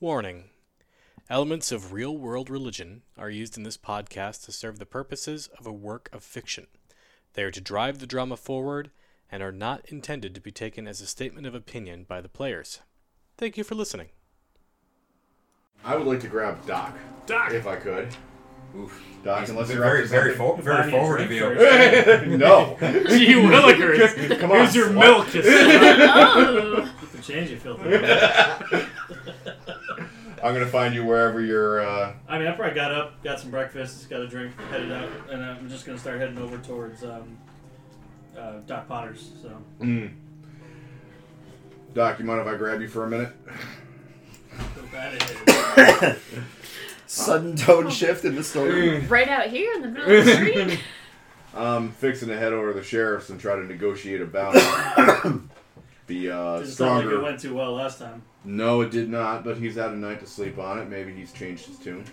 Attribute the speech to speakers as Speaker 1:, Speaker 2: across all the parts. Speaker 1: Warning Elements of real world religion are used in this podcast to serve the purposes of a work of fiction. They are to drive the drama forward and are not intended to be taken as a statement of opinion by the players. Thank you for listening.
Speaker 2: I would like to grab Doc.
Speaker 3: Doc!
Speaker 2: If I could.
Speaker 4: Oof.
Speaker 2: Doc,
Speaker 4: He's
Speaker 2: unless you're
Speaker 4: very,
Speaker 2: up to
Speaker 4: very,
Speaker 2: something.
Speaker 4: for, very
Speaker 3: Bonnie
Speaker 4: forward of
Speaker 3: drink
Speaker 4: you.
Speaker 3: first.
Speaker 2: no.
Speaker 3: Gee Willikers,
Speaker 2: Come on.
Speaker 3: here's your
Speaker 2: slut.
Speaker 3: milk. It's
Speaker 5: Oh,
Speaker 3: the change you filter.
Speaker 2: I'm gonna find you wherever you're. Uh,
Speaker 3: I mean, I probably got up, got some breakfast, got a drink, headed out, and I'm just gonna start heading over towards um, uh, Doc Potter's. So
Speaker 2: mm. Doc, you mind if I grab you for a minute?
Speaker 3: go bad at
Speaker 2: Sudden tone shift in the story.
Speaker 5: right out here in the middle of the street.
Speaker 2: I'm fixing to head over to the sheriff's and try to negotiate a bounty. Be uh,
Speaker 3: Doesn't sound like it
Speaker 2: stronger.
Speaker 3: went too well last time.
Speaker 2: no, it did not. But he's had a night to sleep on it. Maybe he's changed his tune.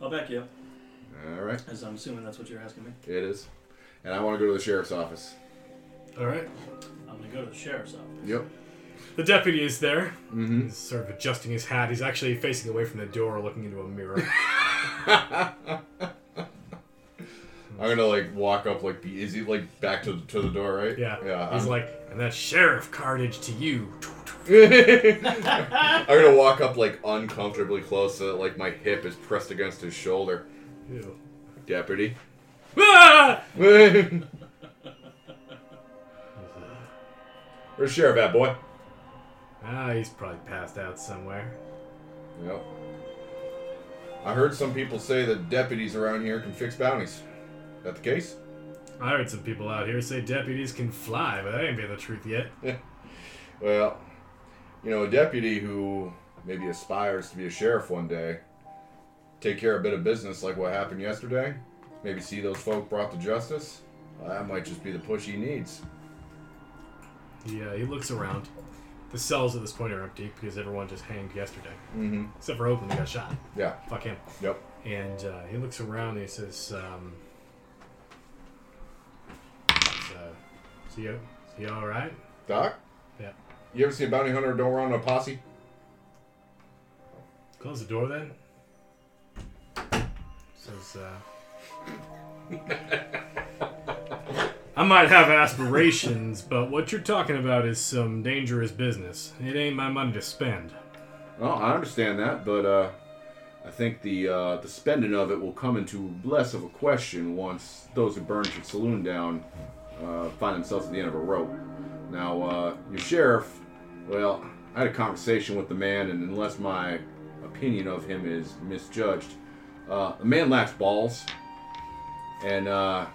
Speaker 3: I'll back you up,
Speaker 2: All right,
Speaker 3: as I'm assuming that's what you're asking me.
Speaker 2: it is. And I want to go to the sheriff's office.
Speaker 6: All right.
Speaker 3: I'm gonna go to the sheriff's office.
Speaker 2: Yep.
Speaker 6: The deputy is there.
Speaker 2: Mm-hmm.
Speaker 6: He's sort of adjusting his hat. He's actually facing away from the door, looking into a mirror.
Speaker 2: I'm gonna like walk up like the is he like back to to the door right?
Speaker 6: Yeah.
Speaker 2: Yeah.
Speaker 6: He's like, and that sheriff carnage to you.
Speaker 2: I'm gonna walk up like uncomfortably close so that like my hip is pressed against his shoulder.
Speaker 6: Ew.
Speaker 2: Deputy.
Speaker 6: Ah!
Speaker 2: Where's the sheriff at, boy?
Speaker 6: Ah, he's probably passed out somewhere.
Speaker 2: Yep. I heard some people say that deputies around here can fix bounties. That the case?
Speaker 6: I heard some people out here say deputies can fly, but that ain't been the truth yet.
Speaker 2: Well, you know, a deputy who maybe aspires to be a sheriff one day, take care of a bit of business like what happened yesterday, maybe see those folk brought to justice, well, that might just be the push he needs.
Speaker 6: He, uh, he looks around. The cells at this point are empty because everyone just hanged yesterday.
Speaker 2: Mm-hmm.
Speaker 6: Except for Oakland, who got shot.
Speaker 2: Yeah.
Speaker 6: Fuck him.
Speaker 2: Yep.
Speaker 6: And uh, he looks around and he says, um, is, uh, is, he, is he all right?
Speaker 2: Doc?
Speaker 6: Yeah.
Speaker 2: You ever see a bounty hunter don't run a posse?
Speaker 6: Close the door then. Says, uh, I might have aspirations, but what you're talking about is some dangerous business. It ain't my money to spend.
Speaker 2: Oh, I understand that, but uh, I think the uh, the spending of it will come into less of a question once those who burned your saloon down uh, find themselves at the end of a rope. Now, uh, your sheriff, well, I had a conversation with the man, and unless my opinion of him is misjudged, uh, the man lacks balls. And, uh,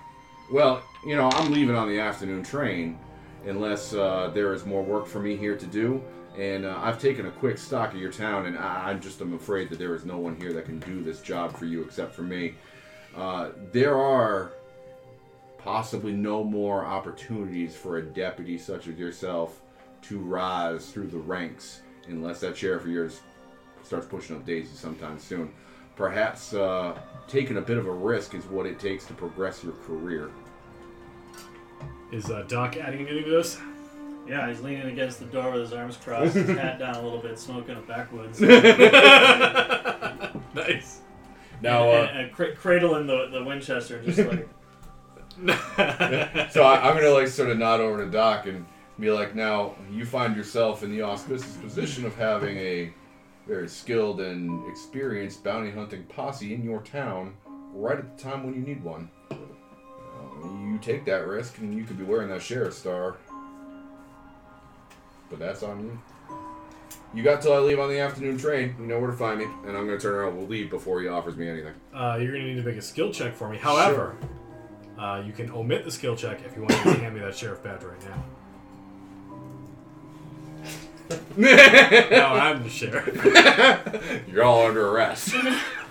Speaker 2: well, you know, I'm leaving on the afternoon train unless uh, there is more work for me here to do. And uh, I've taken a quick stock of your town, and I- I'm just am afraid that there is no one here that can do this job for you except for me. Uh, there are possibly no more opportunities for a deputy such as yourself to rise through the ranks unless that sheriff of yours starts pushing up daisies sometime soon. Perhaps uh, taking a bit of a risk is what it takes to progress your career.
Speaker 6: Is uh, Doc adding anything to this?
Speaker 3: Yeah, he's leaning against the door with his arms crossed, his hat down a little bit, smoking a backwoods.
Speaker 6: Nice.
Speaker 2: Now,
Speaker 3: and, and, and cra- cradling the, the Winchester, just like
Speaker 2: so I, I'm gonna like sort of nod over to Doc and be like, now you find yourself in the auspicious position of having a very skilled and experienced bounty hunting posse in your town right at the time when you need one. Uh, you take that risk, and you could be wearing that sheriff star, but that's on you. You got till I leave on the afternoon train. You know where to find me, and I'm gonna turn around. We'll leave before he offers me anything.
Speaker 6: Uh, you're gonna need to make a skill check for me. However, uh, you can omit the skill check if you want to hand me that sheriff badge right now. no, I'm the sheriff.
Speaker 2: You're all under arrest.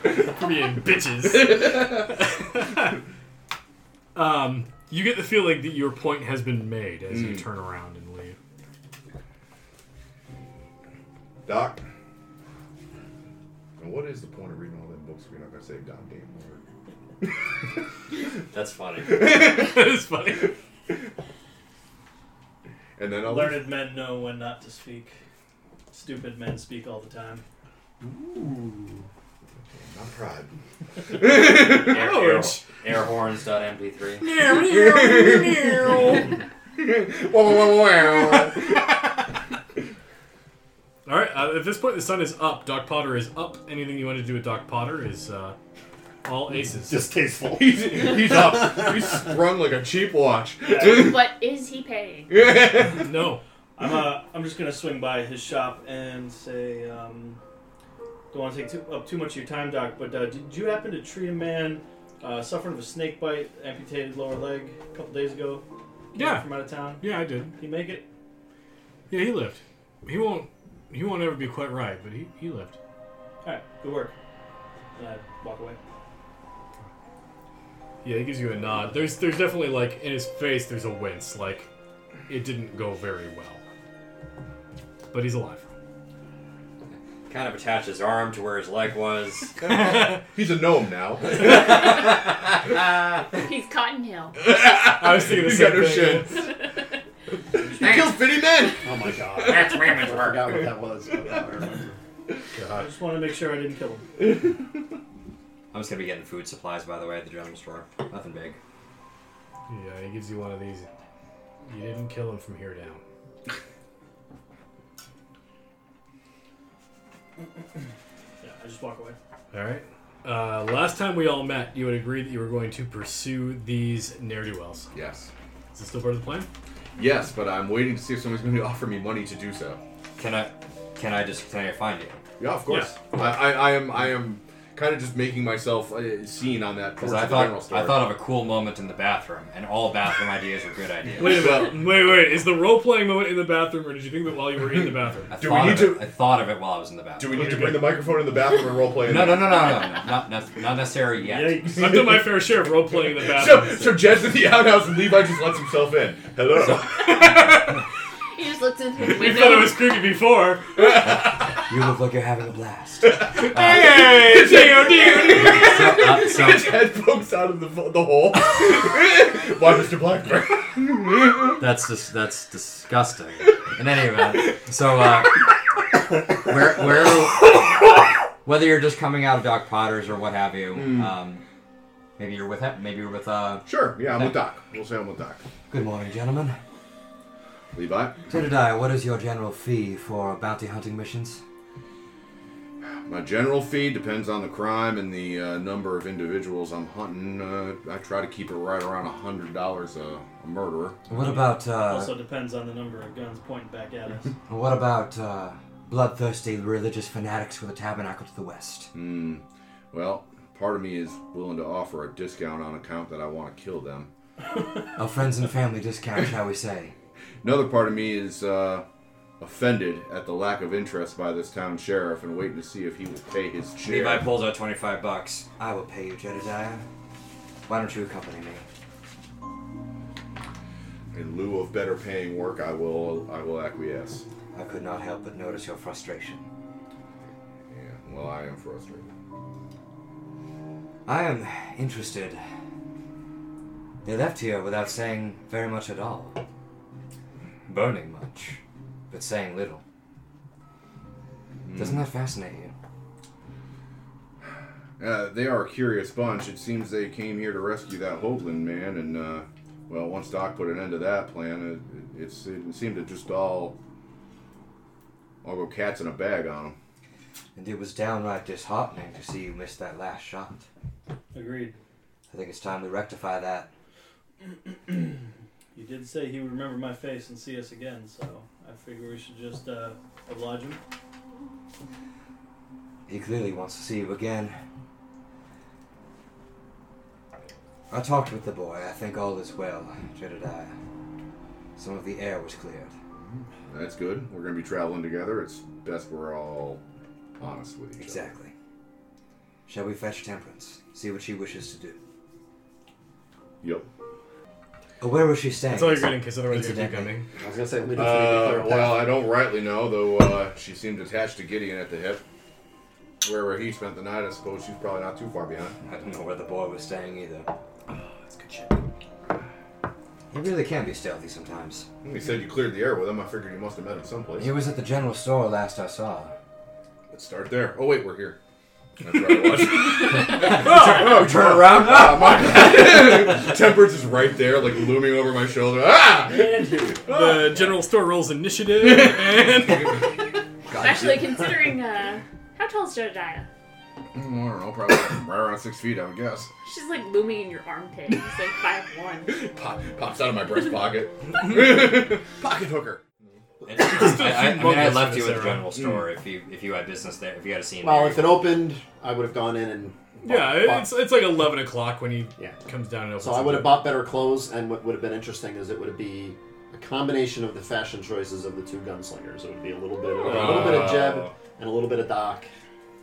Speaker 6: We're being bitches. um, you get the feeling that your point has been made as you turn around and leave.
Speaker 2: Doc. And what is the point of reading all them books if you're not gonna say goddamn word?
Speaker 4: That's funny.
Speaker 6: that is funny.
Speaker 2: And then I'll
Speaker 3: learned men know when not to speak. Stupid men speak all the time.
Speaker 6: Ooh.
Speaker 4: Not pride.
Speaker 7: Air, air,
Speaker 6: Ouch.
Speaker 7: air horns dot mp3.
Speaker 6: Meow, meow,
Speaker 4: Whoa,
Speaker 6: meow.
Speaker 4: whoa, whoa, whoa.
Speaker 6: All right. Uh, at this point, the sun is up. Doc Potter is up. Anything you want to do with Doc Potter is uh, all aces.
Speaker 4: Distasteful. He's, he's up. He's sprung like a cheap watch.
Speaker 5: But is he paying?
Speaker 6: no.
Speaker 3: I'm uh, I'm just gonna swing by his shop and say, um, don't want to take too, up too much of your time, Doc. But uh, did you happen to treat a man uh, suffering of a snake bite, amputated lower leg, a couple days ago? Came
Speaker 6: Yeah.
Speaker 3: from out of town.
Speaker 6: Yeah, I did.
Speaker 3: Did he make it?
Speaker 6: Yeah, he lived. He won't. He won't ever be quite right, but he, he lived.
Speaker 3: All right, good work. And I walk away.
Speaker 6: Yeah, he gives you a nod. There's there's definitely like in his face there's a wince, like it didn't go very well. But he's alive.
Speaker 7: Kind of attached his arm to where his leg was.
Speaker 4: He's a gnome now.
Speaker 5: He's Cotton Hill.
Speaker 6: I was thinking the
Speaker 4: You
Speaker 6: same
Speaker 4: got no
Speaker 6: thing.
Speaker 4: shit. He kills fifty men. Oh my god.
Speaker 7: That's women's
Speaker 8: I forgot what that was. but now I remember.
Speaker 3: I just want to make sure I didn't kill him.
Speaker 7: I'm just gonna be getting food supplies, by the way, at the general store. Nothing big.
Speaker 6: Yeah, he gives you one of these. You didn't kill him from here down.
Speaker 3: Yeah, I just walk away.
Speaker 6: All right. Uh, last time we all met, you had agreed that you were going to pursue these ne'er do wells.
Speaker 2: Yes.
Speaker 6: Is this still part of the plan?
Speaker 2: Yes, but I'm waiting to see if somebody's going to offer me money to do so.
Speaker 7: Can I? Can I just? Can I find you?
Speaker 4: Yeah, of course. I, I, I am I am kind of just making myself uh, seen on that porch
Speaker 7: Because I
Speaker 4: of the general
Speaker 7: thought
Speaker 4: store.
Speaker 7: I thought of a cool moment in the bathroom, and all bathroom ideas are good ideas.
Speaker 6: Wait a minute. Wait, wait. Is the role playing moment in the bathroom, or did you think that while you were in the bathroom?
Speaker 7: I
Speaker 4: Do we
Speaker 7: thought
Speaker 4: need
Speaker 7: of
Speaker 4: to-
Speaker 7: It, I thought of it while I was in the
Speaker 4: Do
Speaker 7: bathroom.
Speaker 4: we need to bring the microphone in the bathroom and role play? in
Speaker 7: No,
Speaker 4: there?
Speaker 7: no, no, no, no, no, not not, not necessary yet.
Speaker 3: Yikes.
Speaker 6: I've done my fair share of role playing in the bathroom.
Speaker 4: So, so Jed's in the outhouse and Levi just lets himself in. Hello.
Speaker 5: He just looks in his
Speaker 6: you thought it
Speaker 5: window.
Speaker 6: was creepy before.
Speaker 7: You look like you're having a blast.
Speaker 6: Hey, dear, dear.
Speaker 7: So, uh, so,
Speaker 4: His head pokes out of the, the hole. Why, Mr. Blackburn?
Speaker 7: That's just that's disgusting. In any event, so uh, where where whether you're just coming out of Doc Potter's or what have you, um, maybe you're with him. Maybe you're with uh.
Speaker 4: Sure, yeah, I'm with Doc. We'll say I'm with Doc.
Speaker 7: Good morning, gentlemen.
Speaker 2: Levi?
Speaker 7: Jedediah, what is your general fee for bounty hunting missions?
Speaker 2: My general fee depends on the crime and the uh, number of individuals I'm hunting. Uh, I try to keep it right around $100 a, a murderer.
Speaker 7: What about uh,
Speaker 3: Also depends on the number of guns pointing back at us.
Speaker 7: what about uh, bloodthirsty religious fanatics with a tabernacle to the west?
Speaker 2: Hmm. Well, part of me is willing to offer a discount on account that I want to kill them.
Speaker 7: A friends and family discount, shall we say?
Speaker 2: Another part of me is uh, offended at the lack of interest by this town sheriff and waiting to see if he will pay his share.
Speaker 7: Levi pulls out 25 bucks. I will pay you, Jedediah. Why don't you accompany me?
Speaker 2: In lieu of better paying work, I will I will acquiesce.
Speaker 7: I could not help but notice your frustration.
Speaker 2: Yeah, well, I am frustrated.
Speaker 7: I am interested. They left here without saying very much at all. Burning much, but saying little. Doesn't that fascinate you?
Speaker 2: Uh, they are a curious bunch. It seems they came here to rescue that Hoagland man, and uh, well, once Doc put an end to that plan, it, it, it seemed to just all all go cats in a bag on them.
Speaker 7: And it was downright disheartening to see you miss that last shot.
Speaker 3: Agreed.
Speaker 7: I think it's time to rectify that.
Speaker 3: You did say he would remember my face and see us again, so I figure we should just uh, oblige him.
Speaker 7: He clearly wants to see you again. I talked with the boy. I think all is well, Jedediah. Some of the air was cleared.
Speaker 2: That's good. We're gonna be traveling together. It's best we're all honest with each
Speaker 7: Exactly. Shall we fetch Temperance? See what she wishes to do.
Speaker 2: other. Yep.
Speaker 7: Oh, where was she staying?
Speaker 6: That's all you're getting, because otherwise you're keep
Speaker 7: Incidentally.
Speaker 6: coming.
Speaker 8: I was gonna say, we
Speaker 2: Uh, well, I don't rightly know, though uh, she seemed attached to Gideon at the hip. Wherever he spent the night, I suppose she's probably not too far behind.
Speaker 7: I don't know where the boy was staying either.
Speaker 6: Ah, That's good shit.
Speaker 7: He really can be stealthy sometimes.
Speaker 2: He said you cleared the air with him. I figured you must have met him someplace.
Speaker 7: He was at the general store last I saw.
Speaker 2: Let's start there. Oh wait, we're here. That's where I was.
Speaker 7: You Oh, turn around.
Speaker 2: Ah, my temperance is right there, like looming over my shoulder. Ah!
Speaker 3: And here we go.
Speaker 6: The general store rolls initiative, and
Speaker 5: Especially considering uh, how tall is Jedediah?
Speaker 2: Mm, I don't know, probably right around six feet, I would guess.
Speaker 5: She's like looming in your armpit. She's like five one.
Speaker 2: Pop, pops out of my breast pocket. pocket hooker.
Speaker 7: I, I, I mean, I
Speaker 6: humongous
Speaker 7: left you
Speaker 6: in
Speaker 7: with the
Speaker 6: this
Speaker 7: general store. If you if you had business there, if you had a scene.
Speaker 8: Well,
Speaker 7: there,
Speaker 8: if it opened, I would have gone in and. bought-
Speaker 6: yeah,
Speaker 8: bought-
Speaker 6: it's it's like eleven o'clock when he
Speaker 8: Yeah.
Speaker 6: comes down and opens.
Speaker 8: So I
Speaker 6: the
Speaker 8: would have
Speaker 6: door.
Speaker 8: bought better clothes, and what would have been interesting is it would be a combination of the fashion choices of the two gunslingers. It would be a little bit, of, a little bit
Speaker 6: Oh.
Speaker 8: of Jeb and a little bit of Doc,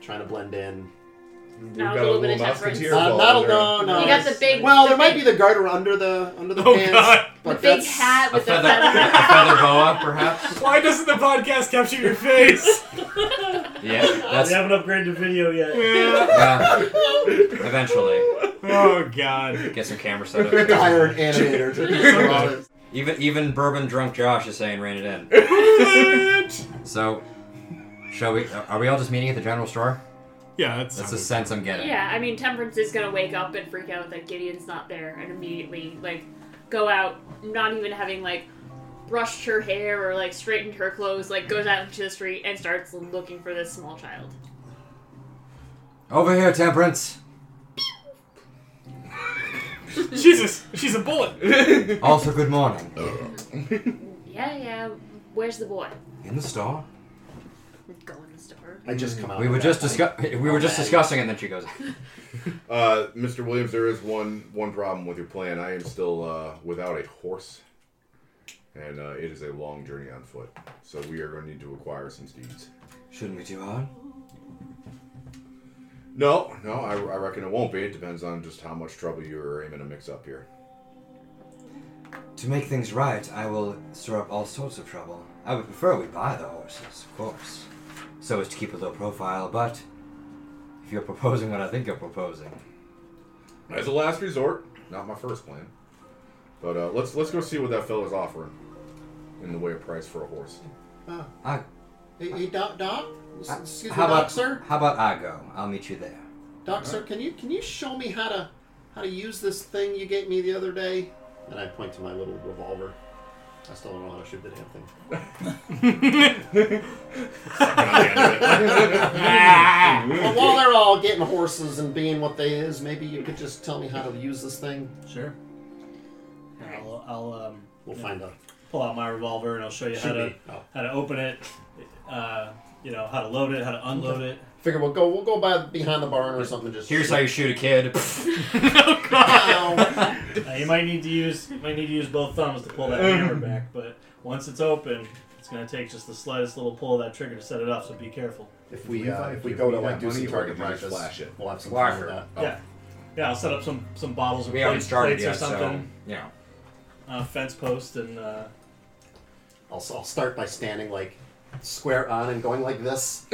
Speaker 8: trying to blend in.
Speaker 2: We've
Speaker 5: Now a
Speaker 2: got
Speaker 5: little
Speaker 2: a
Speaker 5: bit
Speaker 2: little
Speaker 5: of temperance.
Speaker 2: musketeer
Speaker 8: Not,
Speaker 2: ball
Speaker 8: not
Speaker 2: there.
Speaker 8: no, no.
Speaker 5: You got the big.
Speaker 8: well,
Speaker 5: the
Speaker 8: there might be
Speaker 5: big-
Speaker 8: the garter under the under the
Speaker 6: Oh,
Speaker 8: pants,
Speaker 6: God.
Speaker 8: but
Speaker 5: the big
Speaker 8: that's-
Speaker 5: hat
Speaker 7: a
Speaker 5: with the
Speaker 7: feather,
Speaker 5: feather.
Speaker 7: a feather boa, perhaps.
Speaker 6: Why doesn't the podcast capture your face?
Speaker 7: Yeah, that's
Speaker 3: We haven't upgraded the video yet.
Speaker 6: Yeah.
Speaker 7: yeah. Eventually,
Speaker 6: Oh God.
Speaker 7: get some camera setup.
Speaker 8: Tired animator. to do it.
Speaker 7: Even even bourbon drunk Josh is saying rein it in. So, shall we? Are we all just meeting at the general store?
Speaker 6: Yeah, that's,
Speaker 7: That's the sense I'm getting.
Speaker 5: Yeah, I mean, Temperance is gonna wake up and freak out that Gideon's not there and immediately, like, go out, not even having, like, brushed her hair or, like, straightened her clothes, like, goes out into the street and starts looking for this small child.
Speaker 7: Over here, Temperance.
Speaker 6: Jesus. She's a bullet.
Speaker 7: Also, good morning.
Speaker 5: Yeah, yeah, where's the boy?
Speaker 7: In the store.
Speaker 5: Go in the store.
Speaker 8: I just come out.
Speaker 7: We
Speaker 8: of
Speaker 7: were
Speaker 8: that
Speaker 7: just
Speaker 8: thing.
Speaker 7: discuss. We were just discussing, and then she goes,
Speaker 2: Uh, Mr. Williams, there is one one problem with your plan. I am still uh, without a horse, and uh, it is a long journey on foot. So we are going to need to acquire some steeds.
Speaker 7: "Shouldn't be too hard."
Speaker 2: No, no, I, I reckon it won't be. It depends on just how much trouble you are aiming to mix up here.
Speaker 7: To make things right, I will stir up all sorts of trouble. I would prefer we buy the horses, of course, so as to keep a low profile, but if you're proposing what I think you're proposing,
Speaker 2: As a last resort, not my first plan. But uh, let's let's go see what that fella's offering in the way of price for a horse.
Speaker 7: I,
Speaker 8: Hey, hey Doc, Doc. Excuse me,
Speaker 7: how
Speaker 8: Doc,
Speaker 7: about
Speaker 8: sir.
Speaker 7: how about I go? I'll meet you there.
Speaker 8: Doc, sir, can you can you show me how to how to use this thing you gave me the other day? And I point to my little revolver. I still don't know how to shoot the damn thing.
Speaker 6: Ah.
Speaker 8: well, while they're all getting horses and being what they is, maybe you could just tell me how to use this thing.
Speaker 3: Sure. I'll, I'll um,
Speaker 8: We'll
Speaker 3: Yeah.
Speaker 8: find out.
Speaker 3: pull out my revolver and I'll show you how
Speaker 8: Shoot
Speaker 3: to
Speaker 8: me. Oh.
Speaker 3: how to open it, uh, you know, how to load it, how to unload it.
Speaker 8: Figure we'll go we'll go by behind the barn or something. and Just
Speaker 7: Here's how you shoot a kid.
Speaker 8: Ow.
Speaker 3: Uh, you might need to use might need to use both thumbs to pull that hammer back, but once it's open, it's gonna take just the slightest little pull of that trigger to set it off. So be careful.
Speaker 8: if we
Speaker 2: Levi,
Speaker 8: uh, if we
Speaker 2: if
Speaker 8: go
Speaker 2: we
Speaker 8: to
Speaker 2: got
Speaker 8: like do
Speaker 2: money,
Speaker 8: some
Speaker 2: or
Speaker 8: target
Speaker 2: we can just
Speaker 8: practice,
Speaker 2: flash it.
Speaker 8: we'll have some fun
Speaker 7: Whacker.
Speaker 8: with that.
Speaker 3: Yeah, yeah. I'll set up some some bottles and
Speaker 7: Oh. we haven't
Speaker 3: plates,
Speaker 7: started
Speaker 3: plates or
Speaker 7: yet, so
Speaker 3: something,
Speaker 7: yeah.
Speaker 3: on a fence post, and uh,
Speaker 8: I'll, I'll start by standing like square on and going like this.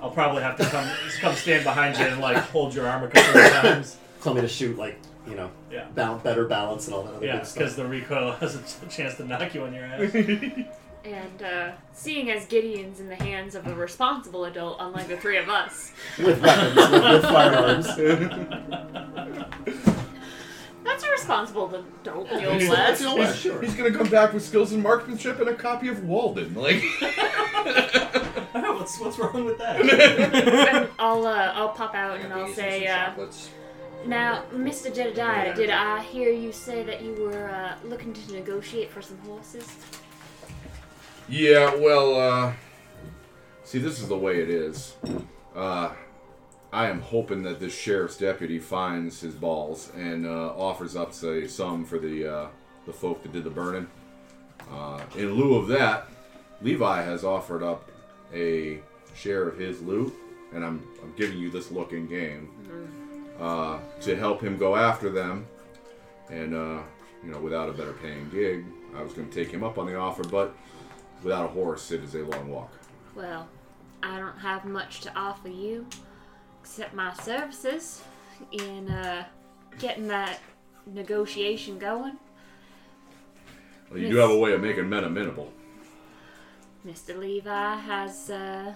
Speaker 3: I'll probably have to come come stand behind you and like hold your arm a couple of times.
Speaker 8: Tell me to shoot like you know
Speaker 3: Yeah.
Speaker 8: bal- better balance and all that other
Speaker 3: Yeah,
Speaker 8: good stuff.
Speaker 3: because the recoil has a chance to knock you on your ass.
Speaker 5: And uh, seeing as Gideon's in the hands of a responsible adult, unlike the three of us,
Speaker 8: with weapons, with, with firearms.
Speaker 5: that's a responsible adult, you
Speaker 8: He's-
Speaker 5: less.
Speaker 8: he's- he's- sure.
Speaker 2: He's gonna come back with skills in marksmanship and a copy of Walden. Like
Speaker 3: I know, what's, what's wrong with that?
Speaker 5: I'll uh, I'll pop out and I'll say, uh, now, Mr. Jedediah, did I hear you say that you were uh, looking to negotiate for some horses?
Speaker 2: Yeah, well, uh, see, this is the way it is. Uh, I am hoping that this sheriff's deputy finds his balls and uh, offers up a sum for the uh, the folk that did the burning. Uh, in lieu of that, Levi has offered up a share of his loot, and I'm I'm giving you this look in game uh, to help him go after them. And uh, you know, without a better paying gig, I was going to take him up on the offer, but Without a horse, it is a long walk.
Speaker 5: Well, I don't have much to offer you except my services in uh, getting that negotiation going.
Speaker 2: Well, you do have a way of making men amenable.
Speaker 5: Mr. Levi has uh,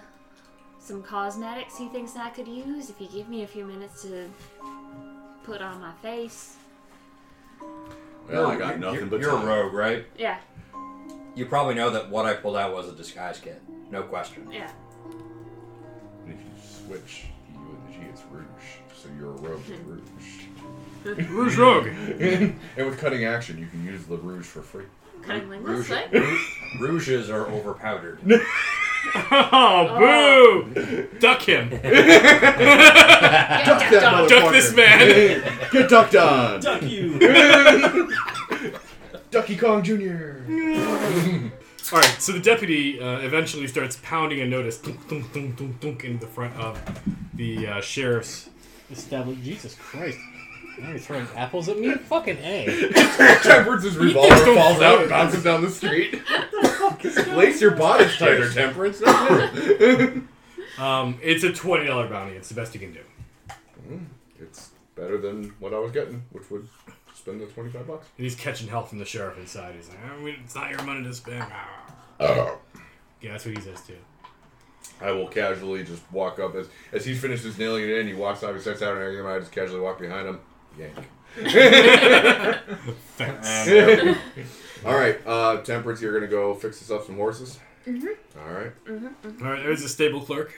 Speaker 5: some cosmetics he thinks I could use. If you give me a few minutes to put on my face.
Speaker 2: Well, I
Speaker 7: You're-
Speaker 2: got nothing
Speaker 7: you're,
Speaker 2: but
Speaker 7: You're
Speaker 2: time.
Speaker 7: a rogue, right?
Speaker 5: Yeah,
Speaker 7: You probably know that what I pulled out was a disguise kit. No question.
Speaker 5: yeah.
Speaker 2: And if you switch you and the G, it's Rouge. So you're a rogue with
Speaker 6: Hmm.
Speaker 2: Rouge.
Speaker 6: Rouge Rogue.
Speaker 2: and with cutting action, you can use the Rouge for free.
Speaker 5: Cutting
Speaker 7: Rouge,
Speaker 5: linguists, right?
Speaker 7: rouge- rouges are overpowdered.
Speaker 6: Oh, boo! Duck him.
Speaker 5: Yeah,
Speaker 2: that
Speaker 5: dog.
Speaker 6: Duck this man.
Speaker 2: Get ducked on!
Speaker 3: Duck you!
Speaker 2: Ducky Kong Jr.
Speaker 6: All right. So the deputy uh, eventually starts pounding a notice thunk, thunk, thunk, thunk, thunk, into the front of the uh, sheriff's.
Speaker 1: Establish. Jesus Christ. Now you're throwing apples at me? Fucking A.
Speaker 2: Temperance's revolver falls out and bounces down the street. Lace your bodice tighter, Temperance.
Speaker 6: Um, it's a twenty dollar bounty. It's the best you can do.
Speaker 2: it's better than what I was getting, which would spend the 25 bucks.
Speaker 6: And he's catching hell from the sheriff inside. He's like, "Ah, we- "It's not your money to spend."
Speaker 2: Oh.
Speaker 6: Yeah, that's what he says too.
Speaker 2: I will casually just walk up as as he finishes nailing it in. He walks off, he sets out and everything. I just casually walk behind him. Yank.
Speaker 6: Thanks.
Speaker 2: All right, uh, Temperance, you're gonna go fix us up some horses. Mm-hmm. All right.
Speaker 6: All right. There's a stable clerk.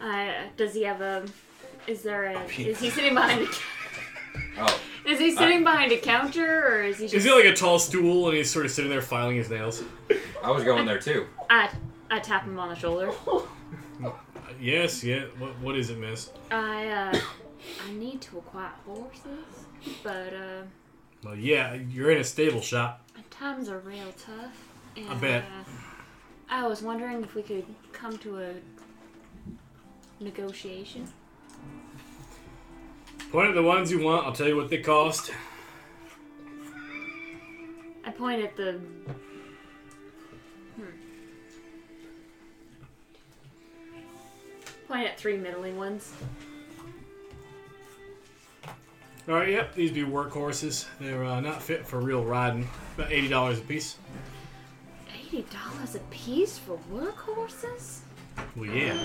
Speaker 5: Uh, does he have a? Is there a? Is he sitting behind? A,
Speaker 7: Oh,
Speaker 5: is he sitting behind a counter, or is he just?
Speaker 6: Is he like a tall stool and he's sort of sitting there filing his nails?
Speaker 7: I was going there too.
Speaker 5: I, I tap him on the shoulder.
Speaker 6: Uh, yes. Yeah. What, what is it, Miss?
Speaker 5: I uh, I need to acquire horses, but uh,
Speaker 6: Well, yeah. You're in a stable shop.
Speaker 5: times are real tough. And,
Speaker 6: I bet.
Speaker 5: Uh, I was wondering if we could come to a negotiation.
Speaker 6: Point at the ones you want. I'll tell you what they cost.
Speaker 5: I point at the. Hmm. Point at three middling ones.
Speaker 6: All right. Yep. These be workhorses. They're uh, not fit for real riding. About eighty dollars a piece.
Speaker 5: Eighty dollars a piece for workhorses?
Speaker 6: Well, yeah.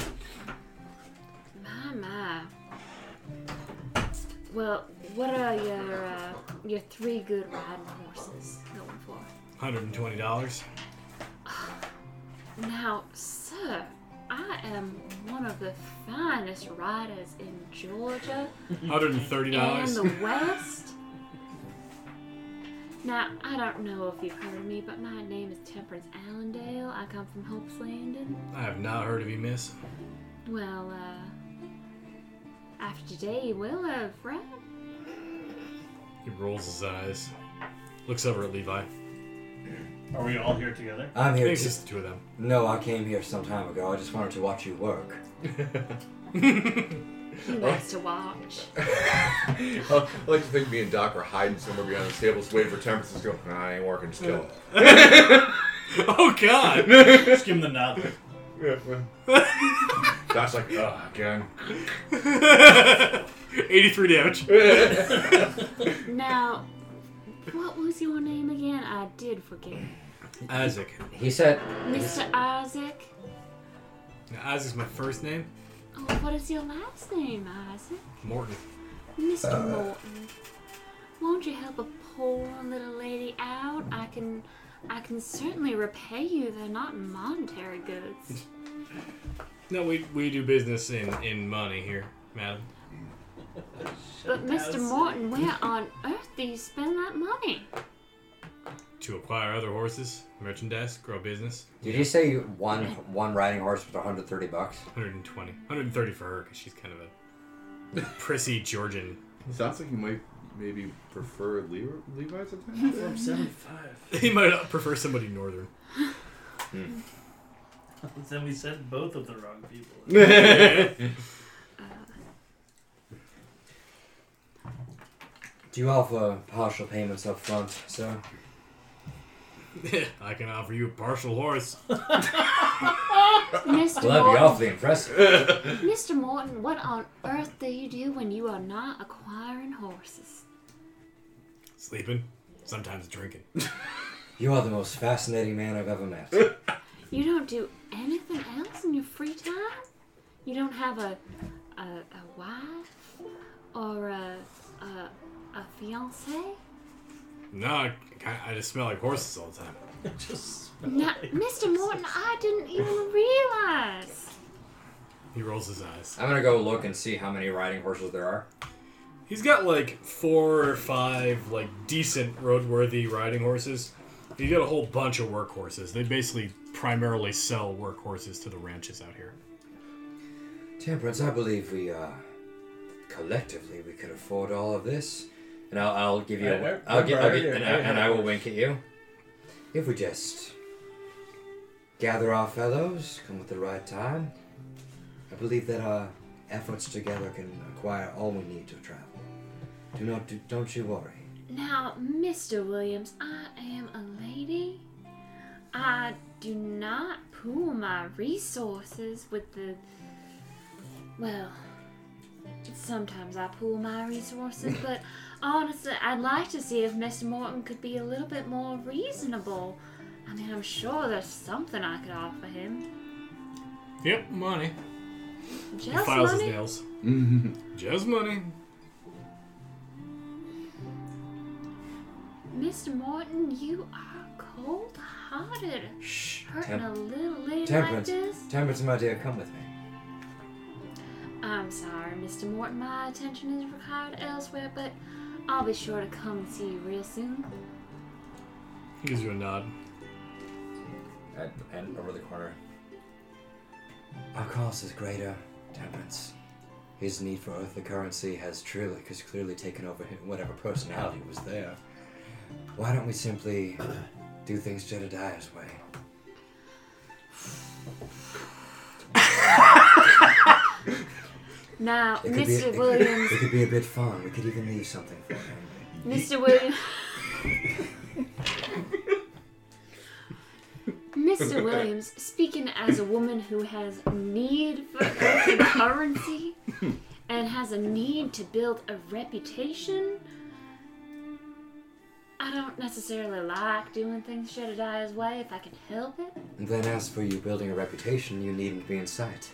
Speaker 5: My my. Well, what are your uh, your three good riding horses going for?
Speaker 6: Hundred and twenty dollars.
Speaker 5: Now, sir, I am one of the finest riders in Georgia.
Speaker 6: Hundred and thirty
Speaker 5: and
Speaker 6: dollars.
Speaker 5: the West. Now, I don't know if you've heard of me, but my name is Temperance Allendale. I come from Hope's Landing.
Speaker 6: I have not heard of you, Miss.
Speaker 5: Well, uh, after today, you will have, right?
Speaker 6: He rolls his eyes. Looks over at Levi.
Speaker 3: Are we all here together?
Speaker 7: I'm
Speaker 6: I think
Speaker 7: here.
Speaker 6: it's
Speaker 7: To,
Speaker 6: just the two of them.
Speaker 7: no, I came here some time ago. I just wanted to watch you work.
Speaker 5: He likes to watch.
Speaker 2: Uh, I like to think me and Doc are hiding somewhere behind the tables, waiting for Temperance to go. Nah, I ain't working. Just kill him.
Speaker 6: oh God!
Speaker 3: Just give him the nod.
Speaker 2: Doc's like, oh, again.
Speaker 6: Eighty-three damage.
Speaker 5: Now, what was your name again? I did forget.
Speaker 6: Isaac.
Speaker 7: He said,
Speaker 5: Mr. Isaac?
Speaker 6: Now, Isaac's my first name.
Speaker 5: Oh, what is your last name, Isaac?
Speaker 6: Morton.
Speaker 5: Mr. Morton, won't you help a poor little lady out? I can, I can certainly repay you. They're not monetary goods.
Speaker 6: No, we we do business in in money here, madam.
Speaker 5: But Mr. Morton, where on earth do you spend that money?
Speaker 6: To acquire other horses, merchandise, grow business.
Speaker 7: "Did you say you one one riding horse was 130 bucks?"
Speaker 6: 120, 130 for her because she's kind of a prissy Georgian.
Speaker 2: Sounds like you might maybe prefer Le- Levi's at that.
Speaker 3: I'm 75.
Speaker 6: he might prefer somebody northern.
Speaker 3: Then we said both of the wrong people.
Speaker 7: Do you offer partial payments up front, sir?
Speaker 6: I can offer you a partial horse.
Speaker 5: Mr.
Speaker 7: Well, that'd be
Speaker 5: Morton,
Speaker 7: awfully impressive.
Speaker 5: Mr. Morton, what on earth do you do when you are not acquiring horses?
Speaker 6: Sleeping, sometimes drinking.
Speaker 7: You are the most fascinating man I've ever met.
Speaker 5: You don't do anything else in your free time? You don't have a a, a wife or a a, a fiance?
Speaker 6: No, I, I just smell like horses all the time.
Speaker 3: Just
Speaker 5: No, Mr. Morton, I didn't even realize.
Speaker 6: He rolls his eyes.
Speaker 7: I'm gonna go look and see how many riding horses there are.
Speaker 6: He's got like four or five like decent roadworthy riding horses. He's got a whole bunch of work horses. They basically primarily sell work horses to the ranches out here.
Speaker 7: Temperance, I believe we uh, collectively we could afford all of this, and I'll, I'll give you.
Speaker 9: I- I
Speaker 7: A, I'll gi- I'll gi-
Speaker 9: remember
Speaker 7: and, I,
Speaker 9: earlier-
Speaker 7: and I will wink at you. If we just gather our fellows, come at the right time, I believe that our efforts together can acquire all we need to travel. Do not, do, don't you worry.
Speaker 5: Now, Mr. Williams, I am a lady. I do not pool my resources with the. Well, sometimes I pool my resources, but honestly, I'd like to see if Mr. Morton could be a little bit more reasonable. I mean, I'm sure there's something I could offer him.
Speaker 6: Yep, money. He
Speaker 5: Just
Speaker 6: files his
Speaker 5: money.
Speaker 6: nails. Just money.
Speaker 5: Mr. Morton, you are cold hearted.
Speaker 7: Shh.
Speaker 5: Hurting
Speaker 7: Tem-
Speaker 5: a little lady like
Speaker 7: temperance,
Speaker 5: this?
Speaker 7: temperance, my dear, come with me.
Speaker 5: I'm sorry, Mr. Morton. My attention is required elsewhere, but I'll be sure to come and see you real soon.
Speaker 6: He gives you a nod.
Speaker 7: And, and over the corner. Our cost is greater, Temperance. His need for earthly currency has truly, has clearly taken over hi- whatever personality was there. Why don't we simply do things Jedediah's way?
Speaker 5: Now,
Speaker 7: It could be- it
Speaker 5: Mr.
Speaker 7: could-
Speaker 5: Williams,
Speaker 7: It could be a bit fun. We could even leave something for him.
Speaker 5: Mr. Williams. Mr. Williams, speaking as a woman who has need for earthly currency and has a need to build a reputation, I don't necessarily like doing things Jedediah's way if I can help it.
Speaker 7: And then, as for you building a reputation, you needn't be in sight.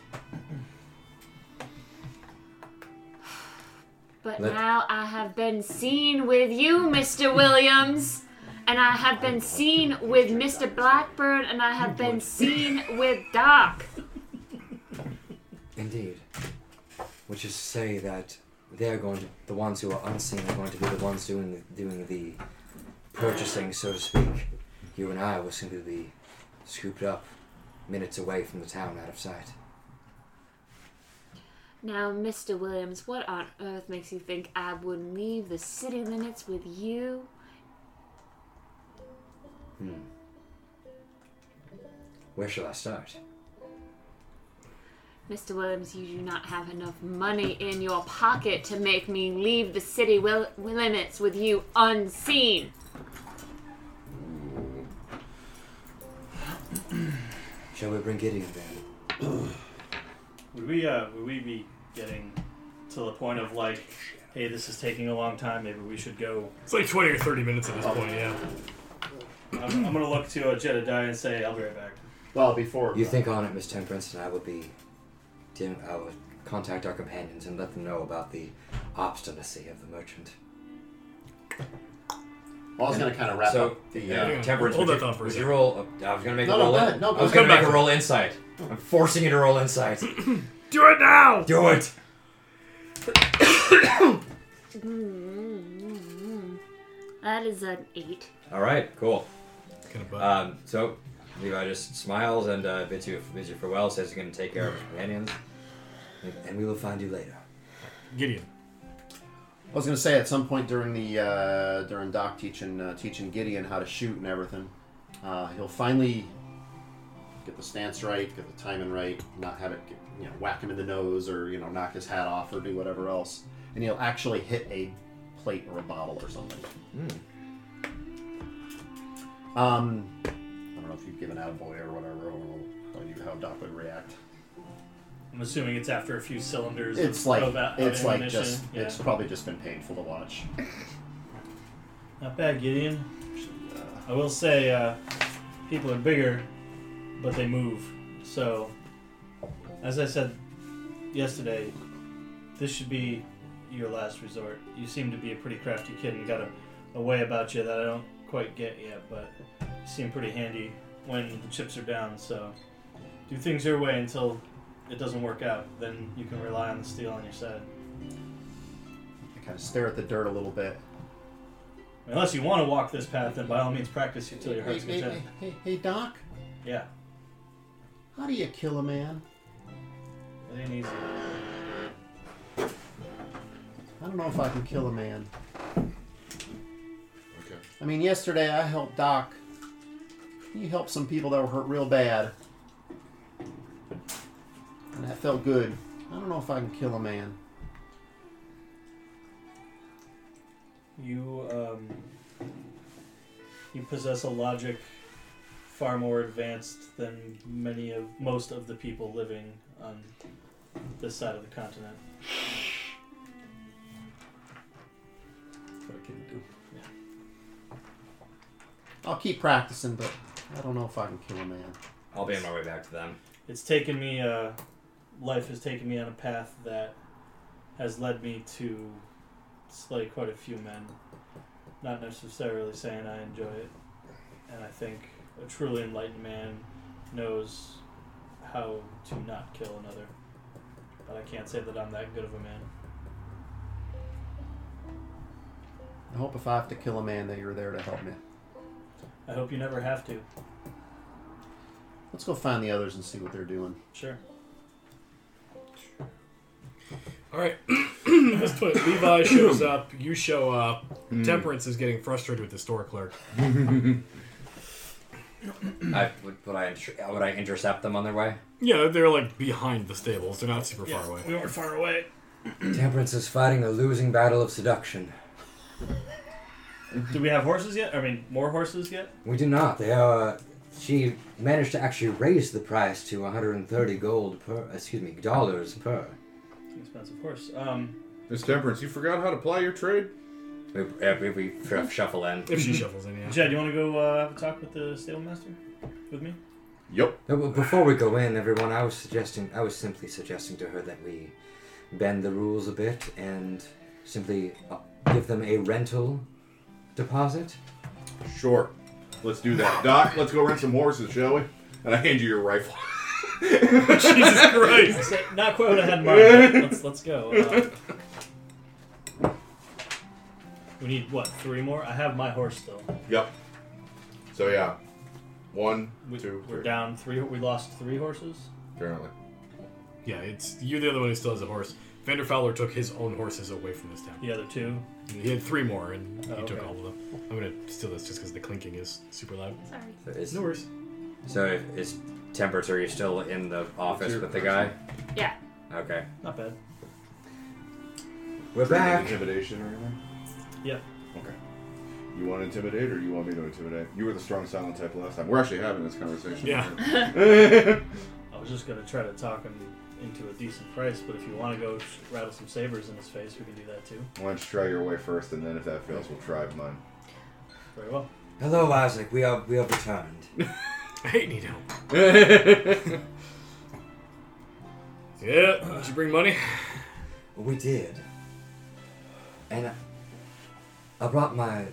Speaker 5: But
Speaker 7: Let-
Speaker 5: now I have been seen with you, Mr. Williams, and I have been seen with Mr. Blackburn, and I have been seen with Doc.
Speaker 7: Indeed. Which is to say that they're going to, the ones who are unseen are going to be the ones doing the, doing the purchasing, so to speak. You and I will simply be scooped up minutes away from the town out of sight.
Speaker 5: Now, Mr. Williams, what on earth makes you think I would leave the city limits with you?
Speaker 7: Where shall I start?
Speaker 5: Mr. Williams, you do not have enough money in your pocket to make me leave the city wil- limits with you unseen.
Speaker 7: Shall we bring Gideon then?
Speaker 3: would we uh would we be getting to the point of like, hey, this is taking a long time. Maybe we should go.
Speaker 6: It's like 20 or 30 minutes at this point, yeah.
Speaker 3: I'm, I'm gonna look to uh, Jedediah and say, I'll be right back.
Speaker 8: Well, before
Speaker 7: You think on it, Miss Temperance, and I will be. dim- I will contact our companions and let them know about the obstinacy of the merchant.
Speaker 8: I was going to kind of wrap
Speaker 7: so,
Speaker 8: up the.
Speaker 7: yeah,
Speaker 8: Uh,
Speaker 6: Yeah.
Speaker 7: temperance.
Speaker 6: Hold
Speaker 7: would
Speaker 6: that
Speaker 7: you-
Speaker 6: thought for a
Speaker 7: would you
Speaker 6: second.
Speaker 7: roll? a- I was gonna make
Speaker 8: No,
Speaker 7: a
Speaker 8: no,
Speaker 7: roll.
Speaker 8: go
Speaker 7: in-
Speaker 8: ahead. No, go
Speaker 7: I was
Speaker 8: ahead.
Speaker 7: gonna make
Speaker 6: Come
Speaker 7: a
Speaker 6: back.
Speaker 7: roll insight. I'm forcing you to roll insight.
Speaker 6: Do it now!
Speaker 7: Do it.
Speaker 5: That is an eight.
Speaker 7: All right. Cool.
Speaker 6: Kind of bug.
Speaker 7: Um, so Levi just smiles and uh, bids you bids you farewell. Says he's gonna take care of his companions, and, and we will find you later.
Speaker 6: Gideon.
Speaker 8: I was going to say at some point during the uh, during Doc teaching uh, teaching Gideon how to shoot and everything, uh, he'll finally get the stance right, get the timing right, not have it get, you know whack him in the nose or you know knock his hat off or do whatever else, and he'll actually hit a plate or a bottle or something.
Speaker 7: Hmm.
Speaker 8: Um, I don't know if you've given out a boy or whatever, or how you how Doc would react.
Speaker 3: I'm assuming it's after a few cylinders. of-
Speaker 8: It's like
Speaker 3: of, a- of
Speaker 8: it's like
Speaker 3: ammunition.
Speaker 8: just
Speaker 3: Yeah.
Speaker 8: it's probably just been painful to watch.
Speaker 3: not bad, Gideon.
Speaker 8: Uh,
Speaker 3: I will say, uh, people are bigger, but they move. So, as I said yesterday, this should be your last resort. You seem to be a pretty crafty kid and got a, a way about you that I don't quite get yet, but you seem pretty handy when the chips are down. So, do things your way until it doesn't work out. Then you can rely on the steel on your side.
Speaker 8: I kind of stare at the dirt a little bit.
Speaker 3: Unless you want to walk this path, then by all means practice it till your
Speaker 8: Hey,
Speaker 3: heart's
Speaker 8: hey,
Speaker 3: content.
Speaker 8: hey, hey, hey, Doc,
Speaker 3: Yeah,
Speaker 8: how do you kill a man?
Speaker 3: it ain't easy.
Speaker 8: I don't know if I can kill a man.
Speaker 4: Okay.
Speaker 8: I mean, yesterday I helped Doc. He helped some people that were hurt real bad. And that felt good. I don't know if I can kill a man.
Speaker 3: You um, you possess a logic far more advanced than many of most of the people living on this side of the continent.
Speaker 8: I'll keep practicing, but I don't know if I can kill a man.
Speaker 7: I'll be on my way back to them.
Speaker 3: It's taken me. Uh, life has taken me on a path that has led me to slay quite a few men. Not necessarily saying I enjoy it, and I think a truly enlightened man knows how to not kill another. But I can't say that I'm that good of a man.
Speaker 8: I hope if I have to kill a man that you're there to help me.
Speaker 3: I hope you never have to.
Speaker 8: Let's go find the others and see what they're doing.
Speaker 3: Sure.
Speaker 6: All right. Let's put it. Levi shows up. You show up. Temperance is getting frustrated with the store clerk.
Speaker 7: I, would, would I inter- would I intercept them on their way?
Speaker 6: Yeah, they're like behind the stables. They're not super far away.
Speaker 3: We weren't far away.
Speaker 7: Temperance is fighting the losing battle of seduction.
Speaker 3: Do we have horses yet? I mean, more horses yet?
Speaker 7: We do not. They are. She managed to actually raise the price to 130 gold per. Excuse me, dollars per.
Speaker 3: Expensive horse. Um,
Speaker 2: Miss Temperance, you forgot how to ply your trade?
Speaker 7: If, if we shuff- shuffle in.
Speaker 6: If she shuffles in, yeah.
Speaker 3: Jed, you want to go uh, have a talk with the stable master? With me?
Speaker 2: Yep.
Speaker 7: No, but Before we go in, everyone, I was suggesting, I was simply suggesting to her that we bend the rules a bit and simply uh, give them a rental deposit.
Speaker 2: Sure. Let's do that. Doc, let's go rent some horses, shall we? And I hand you your rifle.
Speaker 6: Jesus Christ.
Speaker 3: So, not quite what I had in mind. but Let's let's go. Uh, we need what? Three more? I have my horse still.
Speaker 2: yep. So yeah. One,
Speaker 3: We,
Speaker 2: two,
Speaker 3: we're
Speaker 2: three,
Speaker 3: down three. We lost three horses.
Speaker 2: Apparently.
Speaker 6: Yeah, it's you're the other one who still has a horse. Vander Fowler took his own horses away from this town.
Speaker 3: The other two.
Speaker 6: He had three more, and he
Speaker 3: Oh,
Speaker 6: took
Speaker 3: okay.
Speaker 6: all of them. I'm gonna steal this just because the clinking is super loud.
Speaker 5: Sorry.
Speaker 7: So is,
Speaker 6: No worries.
Speaker 7: so if- is Temperance, are you still in the office with the guy?
Speaker 5: Yeah.
Speaker 7: Okay.
Speaker 3: Not bad.
Speaker 7: We're back.
Speaker 2: Intimidation or anything?
Speaker 3: Yeah.
Speaker 2: Okay. You want to intimidate or you want me to intimidate? You were the strong silent type last time. We're actually having this conversation.
Speaker 3: I was just gonna try to talk him into a decent price, but if you want to go sh- rattle some sabers in his face, we can do that too.
Speaker 2: Why don't you try your way first and then if that fails we'll try mine.
Speaker 3: Very well.
Speaker 7: Hello, Isaac. We are we are returned.
Speaker 6: I hate need help. yeah. Did you bring money?
Speaker 7: We did. And I, I brought my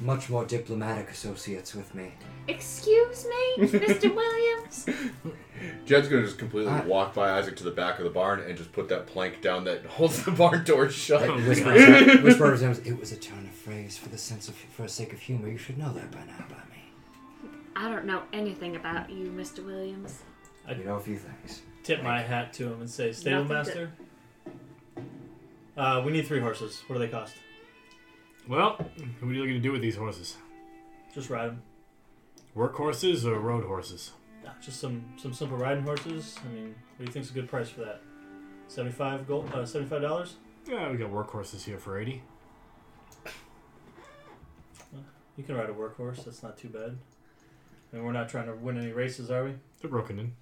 Speaker 7: much more diplomatic associates with me.
Speaker 5: Excuse me, Mr. Williams.
Speaker 2: Jed's gonna just completely
Speaker 7: I-
Speaker 2: walk by Isaac to the back of the barn and just put that plank down that holds the barn door shut.
Speaker 6: Oh,
Speaker 7: Whisper,
Speaker 6: God.
Speaker 7: whisper of Zems, it was a turn of phrase for the sense of for the sake of humor. You should know that by now, by me.
Speaker 5: I don't know anything about you, Mr. Williams.
Speaker 7: You know a few things.
Speaker 3: Tip my hat to him and say, "Stable
Speaker 5: Nothing to-
Speaker 3: master, uh, we need three horses. What do they cost?
Speaker 6: Well, what are you looking to do with these horses?
Speaker 3: Just ride them.
Speaker 6: Work horses or road horses?
Speaker 3: Just some some simple riding horses. I mean, what do you think's a good price for that? Seventy-five gold. Uh, Seventy-five dollars.
Speaker 6: Yeah, we got work horses here for eighty.
Speaker 3: You can ride a workhorse. That's not too bad. I mean, we're not trying to win any races, are we?
Speaker 6: They're broken in.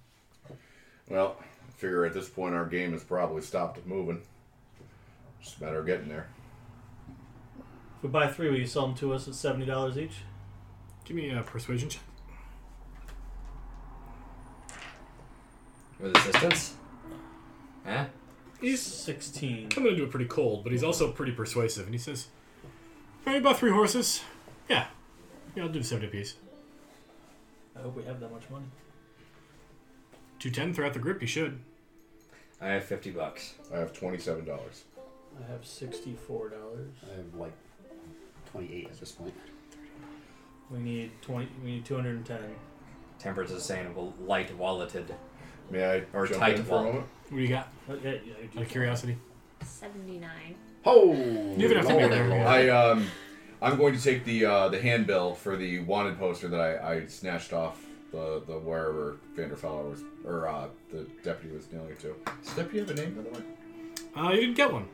Speaker 2: Well, I figure at this point our game has probably stopped moving. Just a matter of getting there.
Speaker 3: If we buy three, will you sell them to us at seventy dollars each?
Speaker 6: Give me a persuasion check.
Speaker 7: With assistance? Eh?
Speaker 6: He's
Speaker 3: Sixteen.
Speaker 6: coming into it pretty cold, but he's also pretty persuasive, and he says, "Hey, about three horses? Yeah, yeah, I'll do seventy apiece.
Speaker 3: I hope we have that much money.
Speaker 6: Two ten throughout the grip. You should.
Speaker 7: I have 50 bucks.
Speaker 2: I have twenty-seven dollars.
Speaker 3: I have sixty-four dollars.
Speaker 8: I have like 28 at this point.
Speaker 3: We need twenty. We need two hundred and ten.
Speaker 7: Temperance is saying well, light walleted.
Speaker 2: May I
Speaker 7: Or
Speaker 2: jump
Speaker 7: tight
Speaker 2: in for a
Speaker 7: wall.
Speaker 2: moment?
Speaker 6: What do you got?
Speaker 3: Okay, Oh, yeah, you do
Speaker 6: Out of curiosity,
Speaker 5: 79.
Speaker 8: Oh!
Speaker 6: you don't have to be
Speaker 8: Lord.
Speaker 6: there.
Speaker 2: I um, I'm going to take the uh, the handbill for the wanted poster that I, I snatched off the the wherever Vanderfell was or uh, the deputy was nailing it to. Does the deputy have a name by the way?
Speaker 6: Uh, you didn't get one.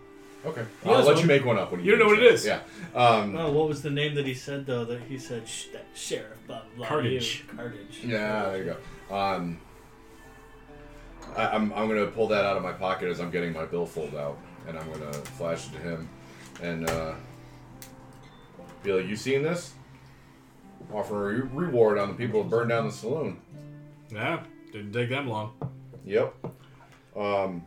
Speaker 2: Okay,
Speaker 6: He
Speaker 2: I'll
Speaker 6: has
Speaker 2: let
Speaker 6: one.
Speaker 2: you make one up when you.
Speaker 6: You don't know
Speaker 2: do
Speaker 6: what it
Speaker 2: this.
Speaker 6: is.
Speaker 2: Yeah. Um,
Speaker 3: Oh, what was the name that he said though? That he said Shh, that sheriff, blah blah.
Speaker 6: Cartage.
Speaker 3: you." Cartage.
Speaker 2: yeah. There you go. Um, I, I'm I'm gonna pull that out of my pocket as I'm getting my billfold out, and I'm gonna flash it to him, and uh, be like, "You seen this? Offer a re- reward on the people who burned down the saloon."
Speaker 6: Yeah, didn't take them long.
Speaker 2: Yep. Um,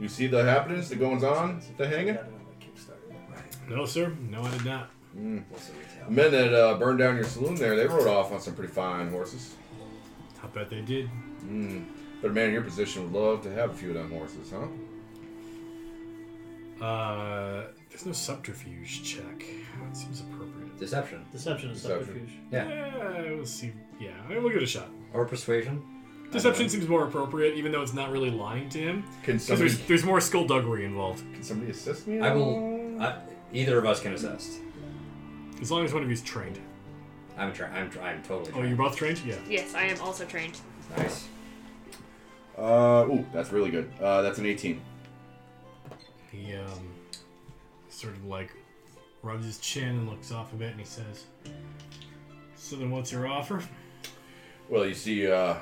Speaker 2: you see the happenings, the goings on, the hanging.
Speaker 3: Got it on the Kickstarter.
Speaker 6: No, sir. No, I did not.
Speaker 7: Also retail.
Speaker 2: The men that uh, burned down your saloon there, they rode off on some pretty fine horses.
Speaker 6: I bet they did.
Speaker 2: But a man in your position would love to have a few of them horses, huh?
Speaker 6: Uh, there's no subterfuge check. That seems appropriate.
Speaker 7: Deception.
Speaker 3: Deception is
Speaker 2: Deception.
Speaker 3: subterfuge.
Speaker 7: Yeah.
Speaker 6: Yeah, Eh, we'll see. Yeah, I mean, we'll give it a shot.
Speaker 7: Or persuasion.
Speaker 6: Deception seems more appropriate, even though it's not really lying to him.
Speaker 2: Can
Speaker 6: Because
Speaker 2: somebody,
Speaker 6: there's, there's more skullduggery involved.
Speaker 2: can somebody assist me?
Speaker 7: I will. I, either of us can assist.
Speaker 6: As long as one of you's trained.
Speaker 7: I'm trying. I'm, try- I'm totally.
Speaker 6: Oh, you're
Speaker 7: Trying.
Speaker 6: both trained? Yeah.
Speaker 5: Yes, I am also trained.
Speaker 7: nice.
Speaker 2: Uh, ooh, that's really good. Uh, that's an 18.
Speaker 6: He um, sort of like rubs his chin and looks off a bit, and he says, "So then, what's your offer?"
Speaker 2: Well, you see, uh,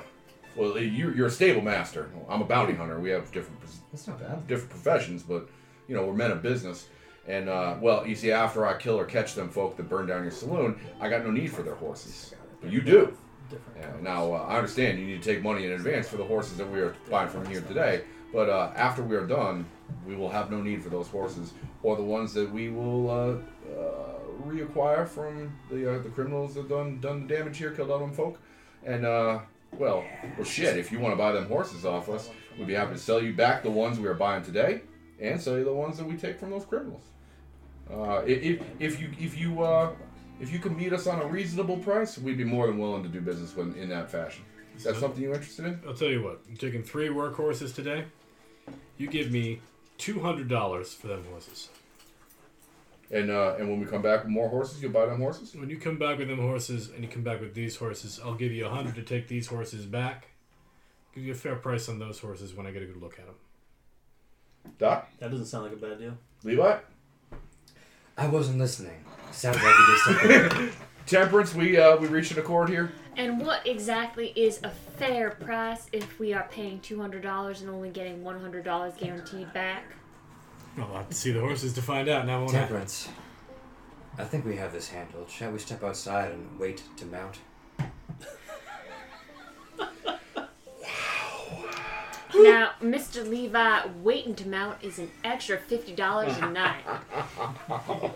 Speaker 2: well, you, you're a stable master. I'm a bounty hunter. We have different pos-
Speaker 7: That's not bad.
Speaker 2: different professions, but you know we're men of business. And uh, well, you see, after I kill or catch them folk that burn down your saloon, I got no need for their horses, but you do.
Speaker 3: Different.
Speaker 2: Yeah, now uh, I understand you need to take money in advance for the horses that we are buying from here today, but uh, after we are done, we will have no need for those horses or the ones that we will uh, uh, reacquire from the uh, the criminals that done done the damage here, killed all them folk, and. Uh, well, well, shit. If you want to buy them horses off us, we'd be happy to sell you back the ones we are buying today, and sell you the ones that we take from those criminals. Uh, i- if, if you if you uh, if you can meet us on a reasonable price, we'd be more than willing to do business with, in that fashion. Is that something you're interested in?
Speaker 6: I'll tell you what. I'm taking three workhorses today. You give me two hundred dollars for them horses.
Speaker 2: And uh, and when we come back with more horses, you'll buy them horses.
Speaker 6: When you come back with them horses, and you come back with these horses, I'll give you a hundred to take these horses back. Give you a fair price on those horses when I get a good look at them.
Speaker 2: Doc,
Speaker 3: That doesn't sound like a bad deal.
Speaker 2: Levi,
Speaker 7: I wasn't listening. Sounded like you did something.
Speaker 2: Temperance. We uh, we reached an accord here.
Speaker 5: And what exactly is a fair price if we are paying $200 and only getting $100 guaranteed back?
Speaker 6: Well, I'll have to see the horses to find out. Now, won't I?
Speaker 7: Temperance. I think we have this handled. Shall we step outside and wait to mount?
Speaker 5: Now, Mr. Levi, waiting to mount is an extra $50 a night.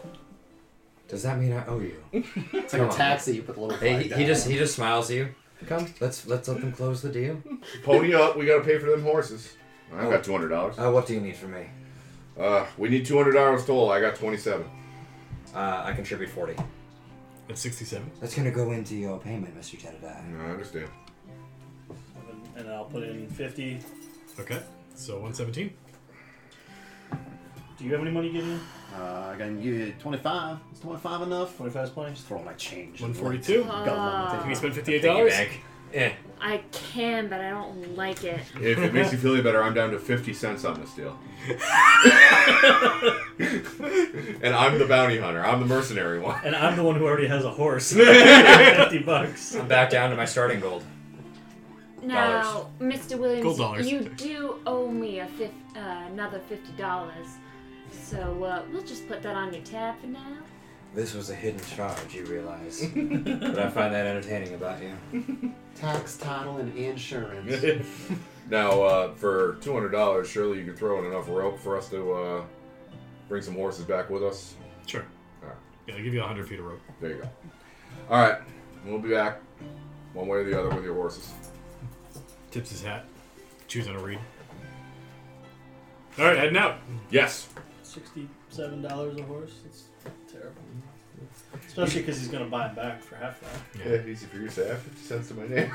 Speaker 7: Does that mean I owe you?
Speaker 8: It's like a taxi. You put the little uh,
Speaker 7: Hey,
Speaker 8: flag
Speaker 7: he,
Speaker 8: down.
Speaker 7: he just he just smiles at you.
Speaker 2: Come,
Speaker 7: Let's let's let them close the deal.
Speaker 2: pony up. We gotta pay for them horses. I got two hundred dollars.
Speaker 7: Uh, what do you need from me?
Speaker 2: Uh, we need two hundred dollars total. I got twenty-seven.
Speaker 7: Uh, I contribute forty.
Speaker 6: At sixty-seven.
Speaker 7: That's gonna go into your payment, Mr. Jedediah.
Speaker 2: I understand.
Speaker 3: And- And I'll put in fifty.
Speaker 6: Okay. So one seventeen.
Speaker 3: Do you have any money, Gideon?
Speaker 8: Uh, I can give you 25. Is 25 enough?
Speaker 7: Uh,
Speaker 3: Twenty-five is plenty.
Speaker 8: Just throw my change.
Speaker 6: 142.
Speaker 8: Gun on the
Speaker 6: Can you
Speaker 8: table.
Speaker 6: spend fifty-eight dollars?
Speaker 7: Yeah.
Speaker 5: Oh, I can, but I don't like it.
Speaker 2: If it makes you feel any better, I'm down to 50 cents on this deal. and I'm the bounty hunter. I'm the mercenary one.
Speaker 3: And I'm the one who already has a horse. Fifty bucks.
Speaker 7: I'm back down to my starting gold.
Speaker 5: Now, Mr.
Speaker 6: Gold
Speaker 5: Williams,
Speaker 6: dollars.
Speaker 5: you do owe me a fif- uh, another $50. So uh, we'll just put that on your tab for now.
Speaker 7: This was a hidden charge, you realize. but I find that entertaining about you.
Speaker 8: Tax, title, and insurance.
Speaker 4: Now, uh, for two hundred dollars, surely you can throw in enough rope for us to uh, bring some horses back with us.
Speaker 6: Sure.
Speaker 4: Alright.
Speaker 6: Yeah, I'll give you 100 feet of rope.
Speaker 4: There you go. All right, we'll be back one way or the other with your horses.
Speaker 6: Tips his hat. Chews on a reed. All right, heading out.
Speaker 4: Yes.
Speaker 3: Sixty-seven dollars a horse. It's terrible. Especially because he's gonna buy him back for half that.
Speaker 4: Yeah, easy for you to say. I have fifty cents to my name.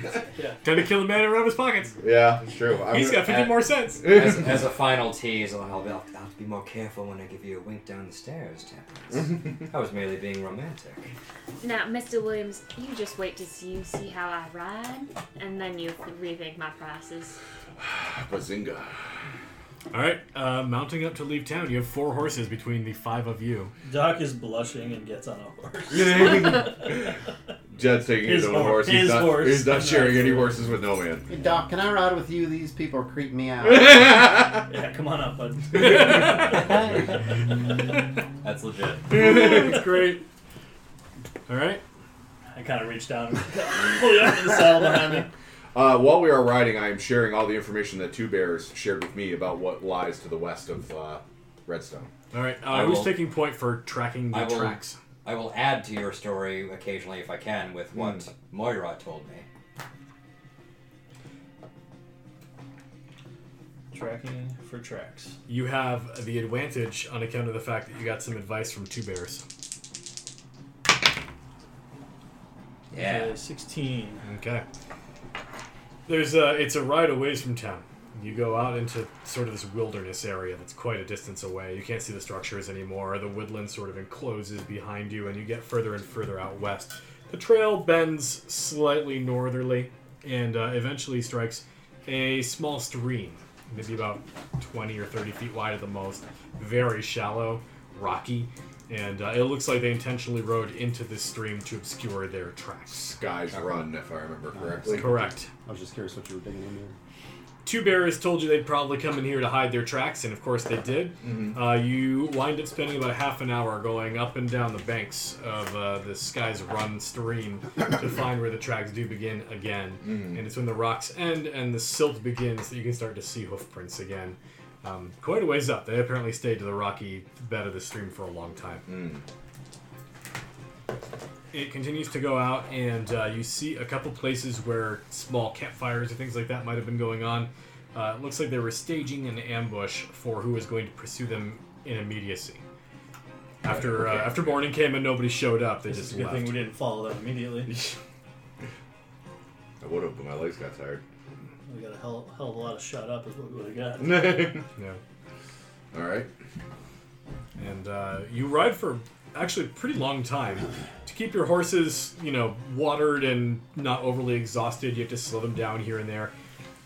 Speaker 3: Yeah.
Speaker 6: Time to kill the man and rub his pockets.
Speaker 4: yeah, it's true. I'm
Speaker 6: He's got 50 more cents.
Speaker 7: As, as a final tease, I'll, I'll, be- I'll have to be more careful when I give you a wink down the stairs, Temperance. I was merely being romantic.
Speaker 5: Now, Mr. Williams, you just wait to see you see how I ride, and then you rethink my prices.
Speaker 4: Bazinga.
Speaker 6: All right, uh, mounting up to leave town. You have four horses between the five of you.
Speaker 3: Doc is blushing and gets on a horse.
Speaker 4: Jed's taking his,
Speaker 3: His
Speaker 4: own
Speaker 3: horse-
Speaker 4: horse. He's
Speaker 3: his
Speaker 4: not,
Speaker 3: horse.
Speaker 4: He's not sharing any horses with no man.
Speaker 8: hey, Doc, can I ride with you? These people are creeping me out.
Speaker 3: Yeah, come on up, bud.
Speaker 7: That's legit.
Speaker 6: That's great. All right.
Speaker 3: I kind of reach down and pull you out of the saddle behind me.
Speaker 4: Uh, while we are riding, I am sharing all the information that Two Bears shared with me about what lies to the west of uh, Redstone.
Speaker 6: All right. Uh,
Speaker 7: I
Speaker 6: who's
Speaker 7: will-
Speaker 6: taking point for tracking the
Speaker 7: I will-
Speaker 6: tracks?
Speaker 7: I will add to your story occasionally if I can with what Moira told me.
Speaker 3: Tracking for tracks.
Speaker 6: You have the advantage on account of the fact that you got some advice from two bears.
Speaker 7: Yeah.
Speaker 3: Okay, Sixteen.
Speaker 6: Okay. There's a, it's a ride away from town. You go out into sort of this wilderness area that's quite a distance away. You can't see the structures anymore. The woodland sort of encloses behind you, and you get further and further out west. The trail bends slightly northerly and uh, eventually strikes a small stream, maybe about 20 or 30 feet wide at the most. Very shallow, rocky, and uh, it looks like they intentionally rode into this stream to obscure their tracks.
Speaker 4: Guy's Run, if I remember correctly.
Speaker 6: Correct.
Speaker 8: I was just curious what you were digging in there.
Speaker 6: Two Bears told you they'd probably come in here to hide their tracks, and of course they did. Uh, you wind up spending about half an hour going up and down the banks of uh, the Sky's Run stream to find where the tracks do begin again. And it's when the rocks end and the silt begins that you can start to see hoof prints again. Um, quite a ways up. They apparently stayed to the rocky bed of the stream for a long time.
Speaker 3: Hmm.
Speaker 6: it continues to go out, and uh, you see a couple places where small campfires and things like that might have been going on. Uh, it looks like they were staging an ambush for who was going to pursue them in immediacy. After uh, after morning came and nobody showed up, they
Speaker 3: It's
Speaker 6: just
Speaker 3: a good
Speaker 6: left.
Speaker 3: thing we didn't follow that immediately.
Speaker 4: I would have, but my legs got tired.
Speaker 3: We got a hell, hell of a lot of shot up is what we would have got.
Speaker 6: Yeah.
Speaker 4: all right.
Speaker 6: and uh, you ride for actually a pretty long time to keep your horses you know watered and not overly exhausted you have to slow them down here and there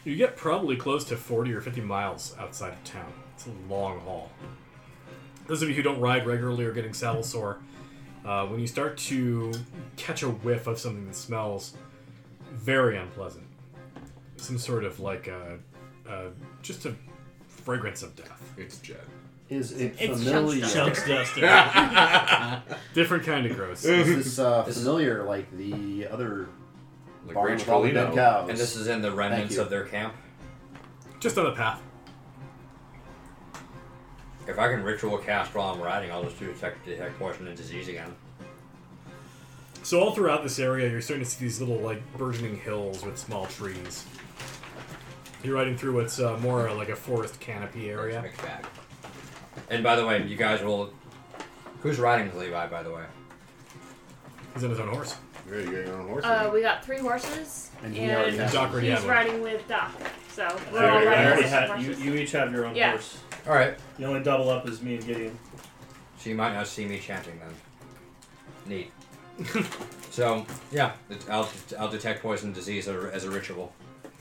Speaker 6: you get probably close to 40 or 50 miles outside of town it's a long haul those of you who don't ride regularly are getting saddle sore uh, when you start to catch a whiff of something that smells very unpleasant some sort of like a, a just a fragrance of death
Speaker 4: It's Jed.
Speaker 8: Is it
Speaker 5: It's
Speaker 8: familiar?
Speaker 5: Chuck's
Speaker 3: Chunks dusted.
Speaker 6: different kind of gross
Speaker 8: Is this uh, familiar like the other
Speaker 4: Like
Speaker 8: barn
Speaker 4: Rage
Speaker 8: with all the dead
Speaker 4: Polino.
Speaker 8: cows?
Speaker 7: And this is in the remnants
Speaker 8: you.
Speaker 7: of their camp.
Speaker 6: just on the path
Speaker 7: If I can ritual cast while I'm riding, I'll just do detect, detect poison and disease again.
Speaker 6: So all throughout this area, you're starting to see these little like burgeoning hills with small trees. You're riding through what's uh, more like a forest canopy area.
Speaker 7: Mixed bag. And by the way, you guys will. Who's riding with Levi? By the way,
Speaker 6: He's on his own horse.
Speaker 4: Yeah, you got your own horse.
Speaker 5: Uh, we got three horses,
Speaker 8: And
Speaker 5: and,
Speaker 8: he already has-
Speaker 6: Doc already
Speaker 5: he's
Speaker 6: had one.
Speaker 5: riding with Doc. So
Speaker 3: I
Speaker 5: we're all
Speaker 3: already- I
Speaker 5: riding
Speaker 3: already
Speaker 5: with
Speaker 3: had- you,
Speaker 5: horses.
Speaker 3: you each have your own
Speaker 5: Yeah.
Speaker 3: horse.
Speaker 7: all right.
Speaker 3: The only double up is me and Gideon.
Speaker 7: So you might not see me chanting then. Neat. so yeah, it- I'll I'll detect poison and disease as a, as a ritual.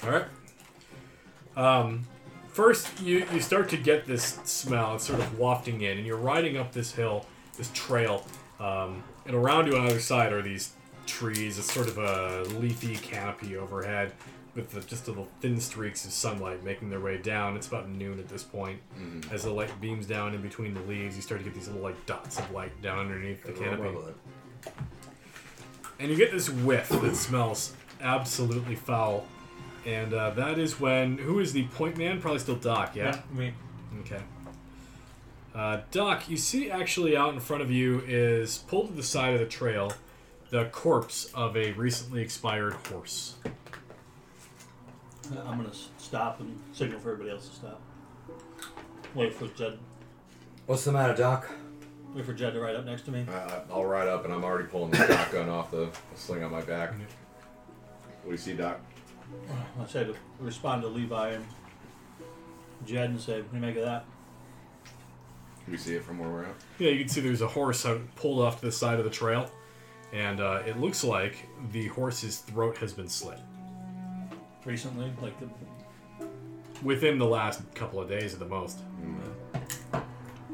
Speaker 6: All right. Um, first, you, you start to get this smell. It's sort of wafting in, and you're riding up this hill, this trail, um, and around you on either side are these trees. It's sort of a leafy canopy overhead. with the, just little thin streaks of sunlight making their way down. It's about noon at this point. As the light beams down in between the leaves, you start to get these little like dots of light down underneath the canopy, and you get this whiff that smells absolutely foul. And uh, that is when who is the point man? Probably still Doc, yeah.
Speaker 9: Me.
Speaker 6: Okay. Uh, Doc, you see actually out in front of you is pulled to the side of the trail the corpse of a recently expired horse.
Speaker 3: Uh, I'm gonna s- stop and signal for everybody else to stop. Wait for Jed.
Speaker 7: What's the matter, Doc?
Speaker 3: Wait for Jed to ride up next to me.
Speaker 4: I- I, I'll ride up, and I'm already pulling the shotgun off the sling on my back.
Speaker 2: What do you see, Doc?
Speaker 3: I say to respond to Levi and Jed and say, "What do you make of that?"
Speaker 4: Can we see it from where we're at?
Speaker 6: Yeah, you can see there's a horse out- pulled off to the side of the trail, and uh, it looks like the horse's throat has been slit
Speaker 3: Recently, like the
Speaker 6: within the last couple of days at the most.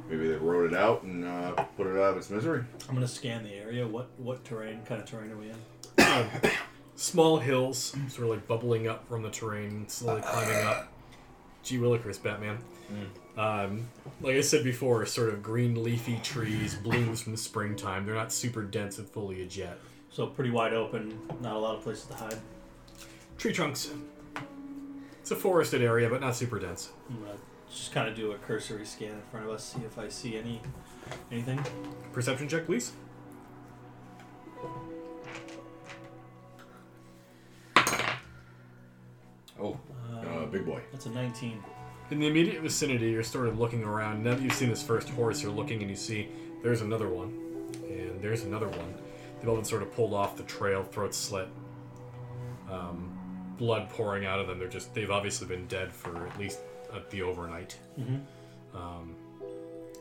Speaker 2: Maybe they wrote it out and uh, put it out of its misery.
Speaker 3: I'm gonna scan the area. What what terrain? Kind of terrain are we in?
Speaker 6: Small hills, sort of like bubbling up from the terrain, slowly climbing up. Gee willikers, Batman. Um, like I said before, sort of green leafy trees, blooms from the springtime. They're not super dense with foliage yet.
Speaker 3: So pretty wide open. Not a lot of places to hide.
Speaker 6: Tree trunks. It's a forested area, but not super dense.
Speaker 3: I'm gonna just kind of do a cursory scan in front of us, see if I see any anything.
Speaker 6: Perception check, please.
Speaker 4: Oh, uh,
Speaker 6: Um,
Speaker 4: big boy.
Speaker 3: That's a 19.
Speaker 6: In the immediate vicinity, you're sort of looking around. Now that you've seen this first horse, you're looking and you see there's another one, and there's another one. They've all been sort of pulled off the trail, throats slit, um, blood pouring out of them. They're just they've obviously been dead for at least uh, the overnight. Um,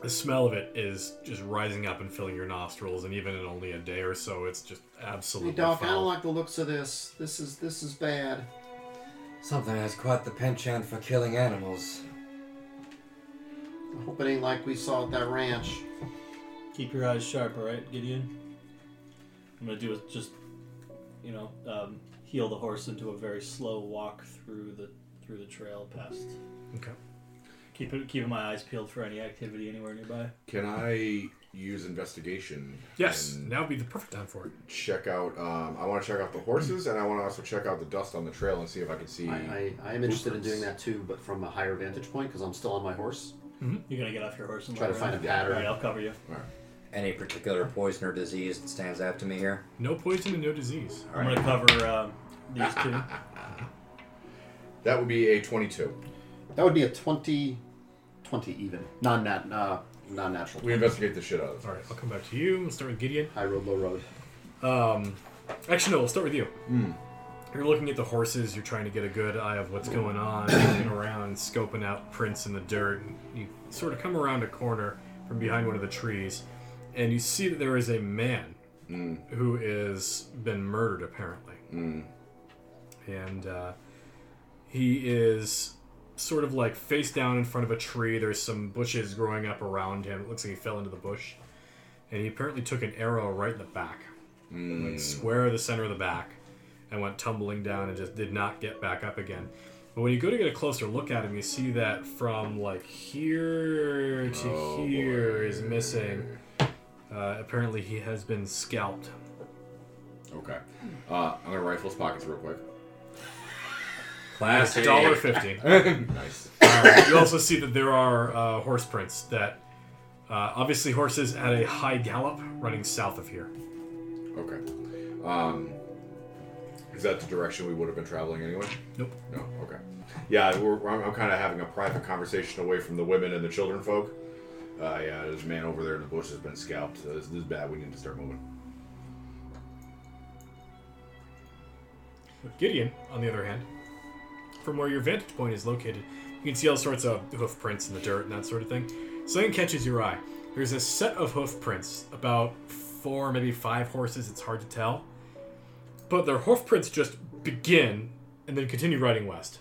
Speaker 6: the smell of it is just rising up and filling your nostrils, and even in only a day or so, it's just absolutely
Speaker 8: Hey, Doc, I
Speaker 6: foul.
Speaker 8: don't like the looks of this. This is this is bad.
Speaker 7: Something has quite the penchant for killing animals.
Speaker 8: I hope it ain't like we saw at that ranch.
Speaker 3: Keep your eyes sharp, all right, Gideon. I'm gonna do is just, you know, um, heel the horse into a very slow walk through the through the trail past.
Speaker 6: Okay.
Speaker 3: Keep it, keeping my eyes peeled for any activity anywhere nearby.
Speaker 4: Can I use investigation?
Speaker 6: Yes,
Speaker 4: and
Speaker 6: now would be the perfect time for it.
Speaker 4: check out. Um, I want to check out the horses, and I want to also check out the dust on the trail and see if I can see.
Speaker 8: I, I, I am interested in doing that too, but from a higher vantage point because I'm still on my horse.
Speaker 3: You're gonna get off your horse and
Speaker 8: Try to
Speaker 3: let her
Speaker 8: find a
Speaker 3: in?
Speaker 8: pattern.
Speaker 3: All right, I'll cover you.
Speaker 7: Any particular poison or disease that stands out to me here?
Speaker 6: No poison and no disease.
Speaker 7: All
Speaker 3: I'm
Speaker 7: right.
Speaker 3: gonna cover um, these two.
Speaker 4: That would be a 22.
Speaker 8: That would be a 20, 20 even. Non nat, uh, non natural.
Speaker 4: We investigate the shit out of it.
Speaker 6: All right, I'll come back to you. We'll start with Gideon.
Speaker 8: High road, low road.
Speaker 6: Actually, no. We'll start with you. You're looking at the horses. You're trying to get a good eye of what's going on, looking around, scoping out prints in the dirt. And you sort of come around a corner from behind one of the trees, and you see that there is a man who is been murdered, apparently. And uh, he is sort of like face down in front of a tree. There's some bushes growing up around him. It looks like he fell into the bush, and he apparently took an arrow right in the back like square the center of the back and went tumbling down and just did not get back up again. But when you go to get a closer look at him, you see that from like here to here is missing. Uh, apparently, he has been scalped.
Speaker 4: Okay. Uh, I'm gonna rifle his pockets real quick.
Speaker 7: Classy.
Speaker 6: Dollar fifty. Uh,
Speaker 4: Nice.
Speaker 6: you also see that there are uh, horse prints that, uh, obviously, horses at a high gallop running south of here.
Speaker 4: Okay. Um, is that the direction we would have been traveling anyway?
Speaker 6: Nope.
Speaker 4: No. Okay. Yeah, we're, we're- I'm, I'm kind of having a private conversation away from the women and the children folk. Uh, yeah, there's a man over there in the bush has been scalped. Uh, this, this is bad. We need to start moving.
Speaker 6: Gideon, on the other hand, from where your vantage point is located, you can see all sorts of hoof prints in the dirt and that sort of thing. Something catches your eye. There's a set of hoof prints, about four, maybe five horses, it's hard to tell. But their hoof prints just begin and then continue riding west.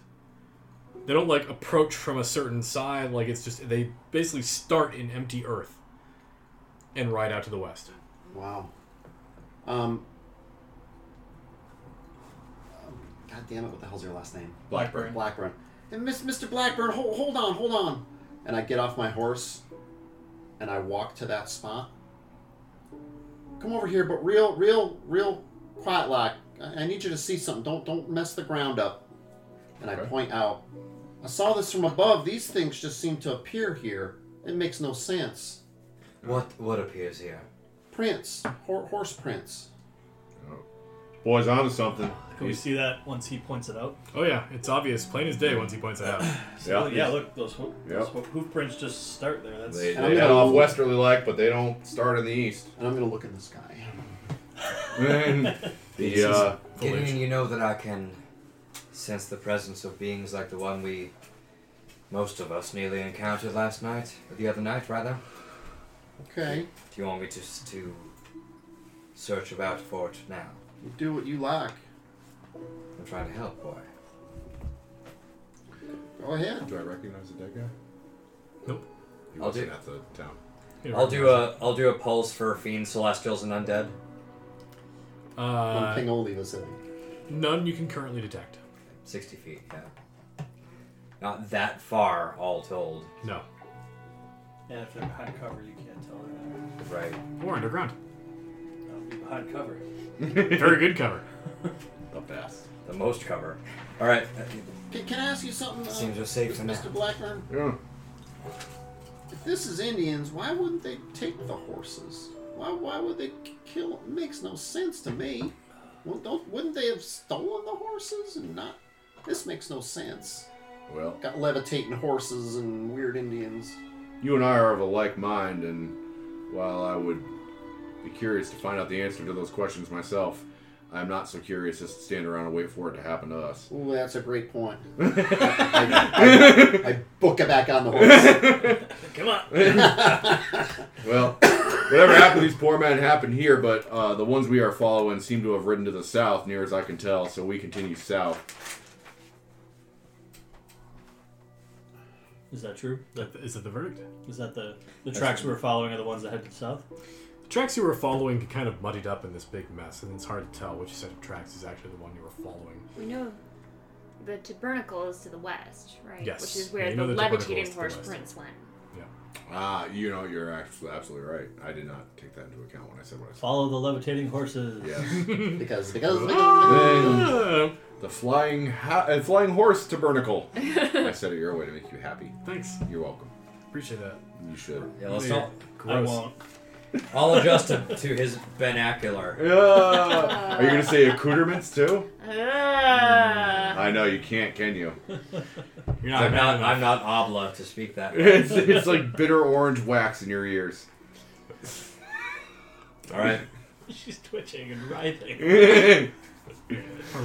Speaker 6: They don't like approach from a certain side, like it's just they basically start in empty earth and ride out to the west.
Speaker 8: Wow. Um. God damn it! What the hell's your last name?
Speaker 2: Blackburn.
Speaker 8: Blackburn. And Miss, Mr. Blackburn, hold, hold on, hold on. And I get off my horse and I walk to that spot. Come over here, but real, real, real quiet like. I, I need you to see something. Don't don't mess the ground up. And I
Speaker 2: Okay.
Speaker 8: point out, I saw this from above. These things just seem to appear here. It makes no sense.
Speaker 7: What what appears here?
Speaker 8: Prints, hor- horse prints.
Speaker 2: Boy's onto something.
Speaker 3: Can we see that once he points it out?
Speaker 6: Oh yeah, it's obvious, plain as day. Once he points it out,
Speaker 2: Yeah.
Speaker 3: So, yeah, look, those, hoof, those
Speaker 2: Yep.
Speaker 3: hoof, hoof prints just start there. That's
Speaker 2: They,
Speaker 8: I'm
Speaker 2: they head
Speaker 8: gonna-
Speaker 2: off westerly like, but they don't start in the east.
Speaker 8: And I'm gonna look in the sky.
Speaker 2: And the uh,
Speaker 6: Foliage.
Speaker 7: Gideon, you know that I can sense the presence of beings like the one we, most of us, nearly encountered last night, or the other night rather.
Speaker 8: Okay,
Speaker 7: Do you want me to s- to search about for it now?
Speaker 8: you do what you like.
Speaker 7: I'm trying to help, boy.
Speaker 8: Go ahead.
Speaker 2: do I recognize the dead guy?
Speaker 6: Nope.
Speaker 2: He
Speaker 7: I'll
Speaker 2: wasn't
Speaker 7: do-
Speaker 2: at the town.
Speaker 6: You
Speaker 7: I'll do a I'll do a pulse for fiends, celestials, and undead.
Speaker 8: One
Speaker 6: uh,
Speaker 8: thing only was in.
Speaker 6: none you can currently detect.
Speaker 7: Sixty feet. Yeah. Not that far, all told.
Speaker 6: No,
Speaker 3: And if they're behind cover, you can't tell they're there.
Speaker 7: Right.
Speaker 6: or underground.
Speaker 3: That'll be behind cover.
Speaker 6: Very good cover.
Speaker 2: The best.
Speaker 7: The most cover. All right. uh,
Speaker 8: Can, can I ask you something? Uh,
Speaker 7: Seems we're safe
Speaker 8: Mr.
Speaker 7: for now.
Speaker 8: Blackburn,
Speaker 2: Yeah.
Speaker 8: if this is Indians, why wouldn't they take the horses? Why, why would they k- kill? It makes no sense to me. Well, don't, wouldn't they have stolen the horses and not? This makes no sense.
Speaker 2: Well,
Speaker 8: Got levitating horses and weird Indians.
Speaker 2: you and I are of a like mind, and while I would be curious to find out the answer to those questions myself, I'm not so curious as to stand around and wait for it to happen to us.
Speaker 8: Ooh, that's a great point. I, I- I book it back on the horse.
Speaker 3: Come on!
Speaker 2: Well, whatever happened to these poor men happened here, but uh, the ones we are following seem to have ridden to the south, near as I can tell, so we continue south.
Speaker 3: Is that true? That,
Speaker 6: Is that the verdict?
Speaker 3: is that the the tracks we were following are the ones that headed south?
Speaker 6: The tracks you were following kind of muddied up in this big mess, and it's hard to tell which set of tracks is actually the one you were following.
Speaker 5: We know the tabernacle is to the west, right?
Speaker 6: Yes.
Speaker 5: Which is where
Speaker 6: Yeah, you
Speaker 5: the,
Speaker 6: know the tabernacle is
Speaker 5: levitating
Speaker 6: to the
Speaker 5: horse
Speaker 6: west.
Speaker 5: prints went.
Speaker 2: Ah, you know, you're actually absolutely right. I did not take that into account when I said what I said.
Speaker 3: Follow the levitating horses.
Speaker 2: Yes.
Speaker 8: because, because,
Speaker 2: Then
Speaker 6: Uh,
Speaker 2: the flying ha- uh, flying horse tabernacle. I said it your way to make you happy.
Speaker 6: thanks.
Speaker 2: You're welcome.
Speaker 6: Appreciate that.
Speaker 2: You should.
Speaker 7: Yeah, let's
Speaker 6: Yeah.
Speaker 7: not.
Speaker 3: I won't.
Speaker 7: I'll adjust to, to his vernacular.
Speaker 2: are you gonna say accoutrements too?
Speaker 5: Ah.
Speaker 2: I know you can't, can you?
Speaker 6: You're
Speaker 7: I'm
Speaker 6: mad
Speaker 7: not.
Speaker 6: enough.
Speaker 7: I'm not obla to speak that.
Speaker 2: It's, it's like bitter orange wax in your ears.
Speaker 7: All right.
Speaker 3: She's twitching and writhing.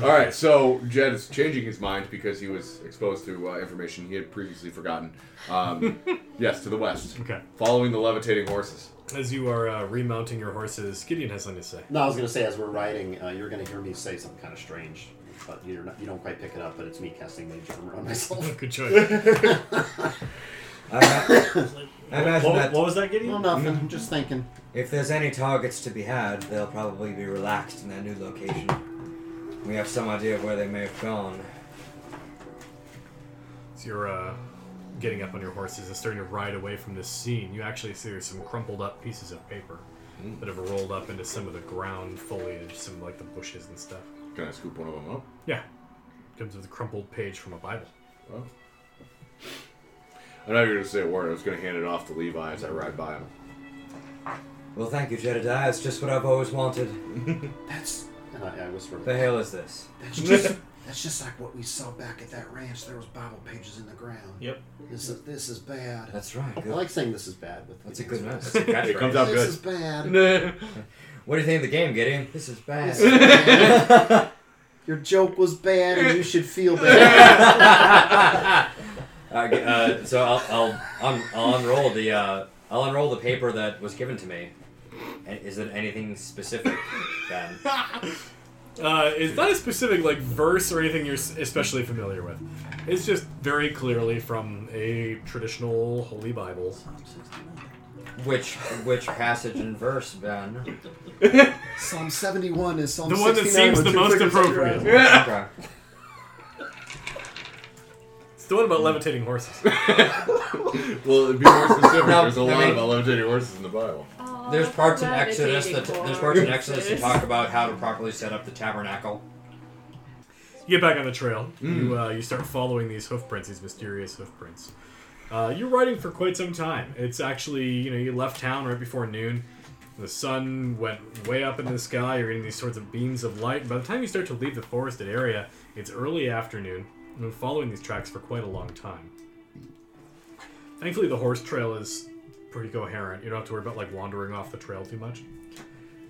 Speaker 2: All right, so Jed is changing his mind because he was exposed to uh, information he had previously forgotten. Um, yes, to the west,
Speaker 6: Okay.
Speaker 2: following the levitating horses.
Speaker 6: As you are uh, remounting your horses, Gideon has something to say.
Speaker 8: No, I was gonna say as we're riding, uh, you're gonna hear me say something kind of strange, but you're not, you don't quite pick it up. But it's me casting mage armor on myself.
Speaker 6: Good choice.
Speaker 7: I, I
Speaker 3: What,
Speaker 7: imagine
Speaker 3: what,
Speaker 7: that
Speaker 3: what was that,
Speaker 8: well,
Speaker 3: Gideon?
Speaker 8: nothing. I'm just thinking.
Speaker 7: if there's any targets to be had, they'll probably be relaxed in their new location. We have some idea of where they may have gone.
Speaker 6: As you're uh, getting up on your horses and starting to ride away from this scene, you actually see there's some crumpled up pieces of paper that have rolled up into some of the ground foliage, some like the bushes and stuff.
Speaker 2: Can I scoop one of them up?
Speaker 6: Yeah. Comes with a crumpled page from a Bible.
Speaker 2: Well, Oh. I know you're gonna say a word. I was gonna hand it off to Levi as I ride by him.
Speaker 7: Well, thank you, Jedediah. It's just what I've always wanted.
Speaker 8: That's and I, I whisper.
Speaker 7: The hell is this?
Speaker 8: That's just that's just like what we saw back at that ranch. There was Bible pages in the ground.
Speaker 3: Yep.
Speaker 8: This is this is bad.
Speaker 7: That's right.
Speaker 8: I
Speaker 7: Good.
Speaker 8: like saying this is bad. With
Speaker 7: That's a good
Speaker 8: Gideon's
Speaker 7: mess.
Speaker 8: voice.
Speaker 2: It comes out
Speaker 8: This
Speaker 2: good.
Speaker 8: is bad.
Speaker 7: What do you think of the game, Gideon? This is bad.
Speaker 8: This is bad. Your joke was bad, and you should feel bad.
Speaker 7: Uh, g- uh, so I'll I'll, un- I'll unroll the uh, I'll unroll the paper that was given to me. And is it anything specific? Ben?
Speaker 6: Uh, it's not a specific like verse or anything you're s- especially familiar with. It's just very clearly from a traditional Holy Bible.
Speaker 7: Which which passage and verse, Ben?
Speaker 8: Psalm 71 is Psalm
Speaker 6: The one that
Speaker 8: 69
Speaker 6: seems
Speaker 8: with
Speaker 6: the
Speaker 8: two
Speaker 6: most
Speaker 8: fingers up your
Speaker 6: appropriate.
Speaker 8: ass.
Speaker 7: Okay.
Speaker 6: the one about levitating horses.
Speaker 4: Well, it'd be more specific.
Speaker 7: No,
Speaker 4: There's a
Speaker 7: I
Speaker 4: lot
Speaker 7: mean-
Speaker 4: about levitating horses in the Bible.
Speaker 7: There's
Speaker 5: Oh,
Speaker 7: parts in Exodus that there's parts in Exodus that talk about how to properly set up the tabernacle.
Speaker 6: You get back on the trail. You uh, you start following these hoofprints, these mysterious hoofprints. Uh, you're riding for quite some time. It's actually you know you left town right before noon. The sun went way up in the sky. You're getting these sorts of beams of light. By the time you start to leave the forested area, it's early afternoon. You've been following these tracks for quite a long time. Thankfully, the horse trail is pretty coherent. You don't have to worry about like wandering off the trail too much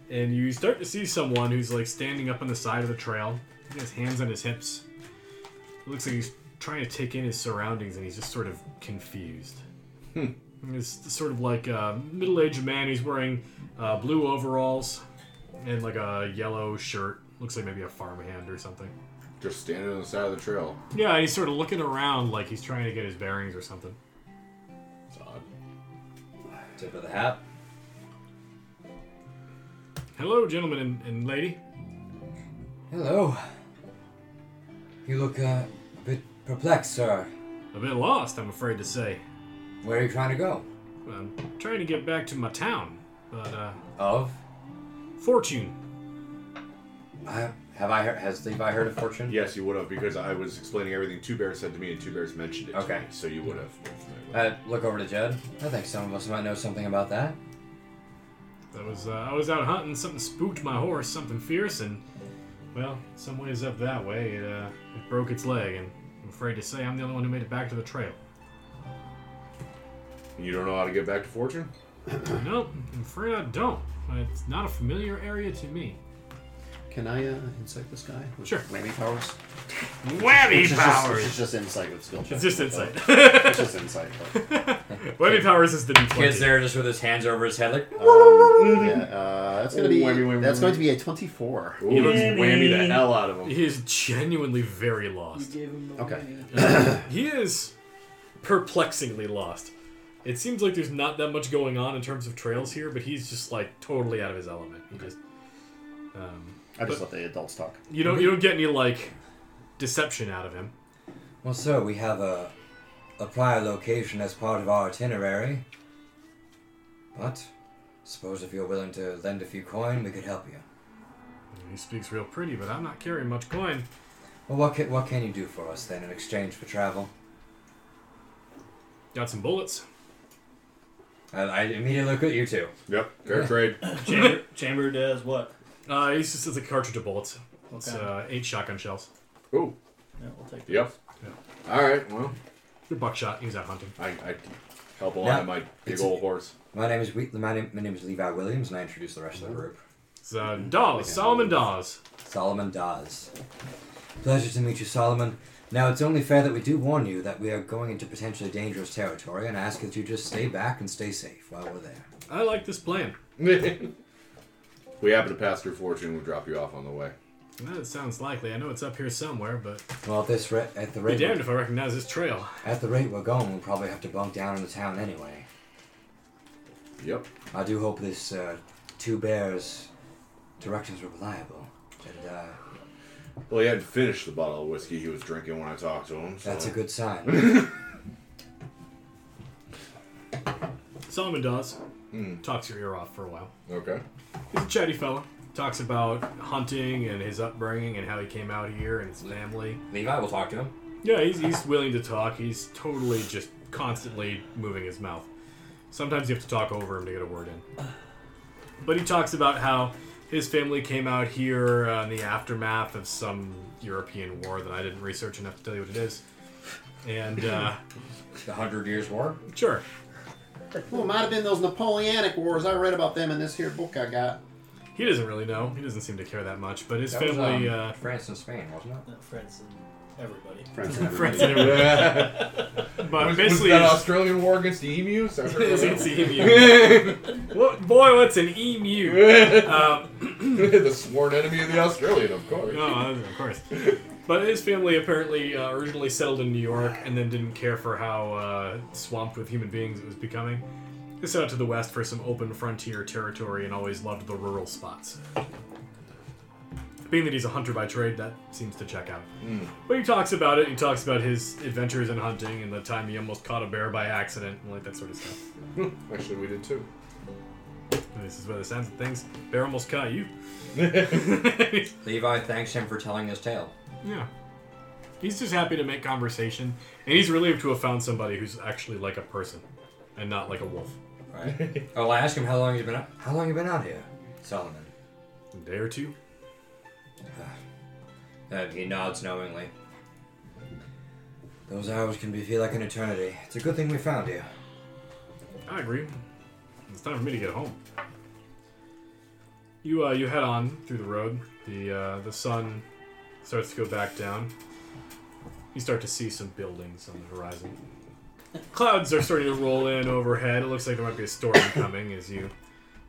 Speaker 6: and you start to see someone who's like standing up on the side of the trail. He has hands on his hips. It looks like he's trying to take in his surroundings, and he's just sort of confused. It's sort of like a middle-aged man. He's wearing uh, blue overalls and like a yellow shirt. Looks like maybe a farmhand or something.
Speaker 4: Just standing on the side of the trail.
Speaker 6: Yeah, and he's sort of looking around like he's trying to get his bearings or something.
Speaker 4: It's odd.
Speaker 7: Tip of the hat.
Speaker 6: Hello, gentlemen and, and lady.
Speaker 7: Hello. You look uh, a bit perplexed, sir.
Speaker 6: A bit lost, I'm afraid to say.
Speaker 7: Where are you trying to go?
Speaker 6: I'm trying to get back to my town, but uh,
Speaker 7: Of?
Speaker 6: fortune
Speaker 7: I, have I heard, has Levi heard of fortune?
Speaker 4: Yes, you would have because I was explaining everything Two Bears said to me, and Two Bears mentioned it. to
Speaker 7: Okay.
Speaker 4: me, so you would have.
Speaker 7: I Uh, look over to Jed. I think some of us might know something about that.
Speaker 6: I was uh, I was out hunting. Something spooked my horse. Something fierce, and well, some ways up that way, it uh, it broke its leg, and I'm afraid to say I'm the only one who made it back to the trail.
Speaker 4: You don't know how to get back to fortune?
Speaker 6: nope, I'm afraid I don't. It's not a familiar area to me.
Speaker 8: Can I uh, insight this guy? With
Speaker 6: Sure.
Speaker 8: Whammy powers.
Speaker 6: Whammy
Speaker 8: Which is just- which is just insight with skill check.
Speaker 6: It's just insight.
Speaker 8: It's just insight. but,
Speaker 6: Whammy powers is the new
Speaker 7: Kid's
Speaker 6: twenty.
Speaker 7: there just with his hands over his head, like,
Speaker 8: um, yeah, uh, that's gonna be
Speaker 4: Whammy, whammy,
Speaker 8: that's
Speaker 4: whammy.
Speaker 8: going to be a twenty-four.
Speaker 4: Ooh, you whammy the hell out of him.
Speaker 6: He is genuinely very lost.
Speaker 8: Okay.
Speaker 6: He is perplexingly lost. It seems like there's not that much going on in terms of trails here, but he's just like totally out of his element. He just um,
Speaker 8: I just let the adults talk.
Speaker 6: You don't you don't get any like deception out of him.
Speaker 7: Well, sir, we have a, a prior location as part of our itinerary. But, suppose if you're willing to lend a few coin, we could help you.
Speaker 6: He speaks real pretty, but I'm not carrying much coin.
Speaker 7: Well, what can, what can you do for us then in exchange for travel?
Speaker 6: Got some bullets.
Speaker 7: I, I immediately look at you two.
Speaker 4: Yep, fair trade.
Speaker 3: Chamber, chambered as what?
Speaker 6: Uh, he just says a cartridge of bullets. It's
Speaker 3: Okay.
Speaker 6: uh, eight shotgun shells.
Speaker 4: Ooh,
Speaker 3: Yeah, we'll take that.
Speaker 4: yep. All right, well,
Speaker 6: Your buckshot. He was out hunting.
Speaker 4: I, I help along
Speaker 7: Yeah.
Speaker 4: with my big
Speaker 7: It's-
Speaker 4: old horse.
Speaker 7: My name is we- my name, my name is Levi Williams, and I introduce the rest of the group.
Speaker 6: It's uh, Dawes, Solomon Dawes.
Speaker 7: Solomon Dawes. Pleasure to meet you, Solomon. Now, it's only fair that we do warn you that we are going into potentially dangerous territory and ask that you just stay back and stay safe while we're there.
Speaker 6: I like this plan.
Speaker 4: we happen to pass through fortune. We'll drop you off on the way.
Speaker 6: That sounds likely. I know it's up here somewhere, but
Speaker 7: Well, at this re- at the
Speaker 6: be
Speaker 7: rate
Speaker 6: damned if I recognize this trail.
Speaker 7: at the rate we're going, we'll probably have to bunk down in the town anyway.
Speaker 4: Yep.
Speaker 7: I do hope this uh, two bears directions were reliable. And uh,
Speaker 4: Well, he hadn't finished the bottle of whiskey he was drinking when I talked to him. So.
Speaker 7: that's a good sign.
Speaker 6: Solomon Dawes talks your ear off for a while.
Speaker 4: Okay.
Speaker 6: He's a chatty fella. Talks about hunting and his upbringing and how he came out here and his family.
Speaker 7: Levi will talk to him.
Speaker 6: Yeah, he's, he's willing to talk. He's totally just constantly moving his mouth. Sometimes you have to talk over him to get a word in. But he talks about how his family came out here uh, in the aftermath of some European war that I didn't research enough to tell you what it is. And, uh,
Speaker 7: The Hundred Years' War.
Speaker 6: sure.
Speaker 8: Well, it might have been those Napoleonic Wars. I read about them in this here book I got.
Speaker 6: He doesn't really know. He doesn't seem to care that much. But his
Speaker 7: That was,
Speaker 6: family.
Speaker 7: um,
Speaker 6: uh,
Speaker 7: France and Spain, wasn't it?
Speaker 3: No, friends and everybody.
Speaker 8: Friends and
Speaker 6: friends
Speaker 8: everybody.
Speaker 6: and everything.
Speaker 4: was,
Speaker 6: But
Speaker 4: was
Speaker 6: basically.
Speaker 4: that
Speaker 6: his-
Speaker 4: Australian war against the emus? I forgot
Speaker 6: his-
Speaker 4: that.
Speaker 6: his EMU. What, boy, what's an EMU? Um,
Speaker 4: the sworn enemy of the Australian, of course.
Speaker 6: No, of course. But his family apparently uh, originally settled in New York and then didn't care for how uh, swamped with human beings it was becoming. They set out to the west for some open frontier territory and always loved the rural spots. being that he's a hunter by trade, that seems to check out. But he talks about it. He talks about his adventures in hunting and the time he almost caught a bear by accident and like that sort of stuff.
Speaker 4: Actually, we did too.
Speaker 6: And this is where the sounds of things. Bear almost caught you.
Speaker 7: Levi thanks him for telling his tale.
Speaker 6: Yeah. He's just happy to make conversation, and he's relieved to have found somebody who's actually like a person, and not like a wolf.
Speaker 7: Right. oh, I asked him how long he's been out. How long you been out here, Solomon?
Speaker 6: A day or two.
Speaker 7: And Uh, he nods knowingly. Those hours can be feel like an eternity. It's a good thing we found you.
Speaker 6: I agree. It's time for me to get home. You uh, you head on through the road. The uh, the sun starts to go back down. You start to see some buildings on the horizon. Clouds are starting to roll in overhead. It looks like there might be a storm coming as you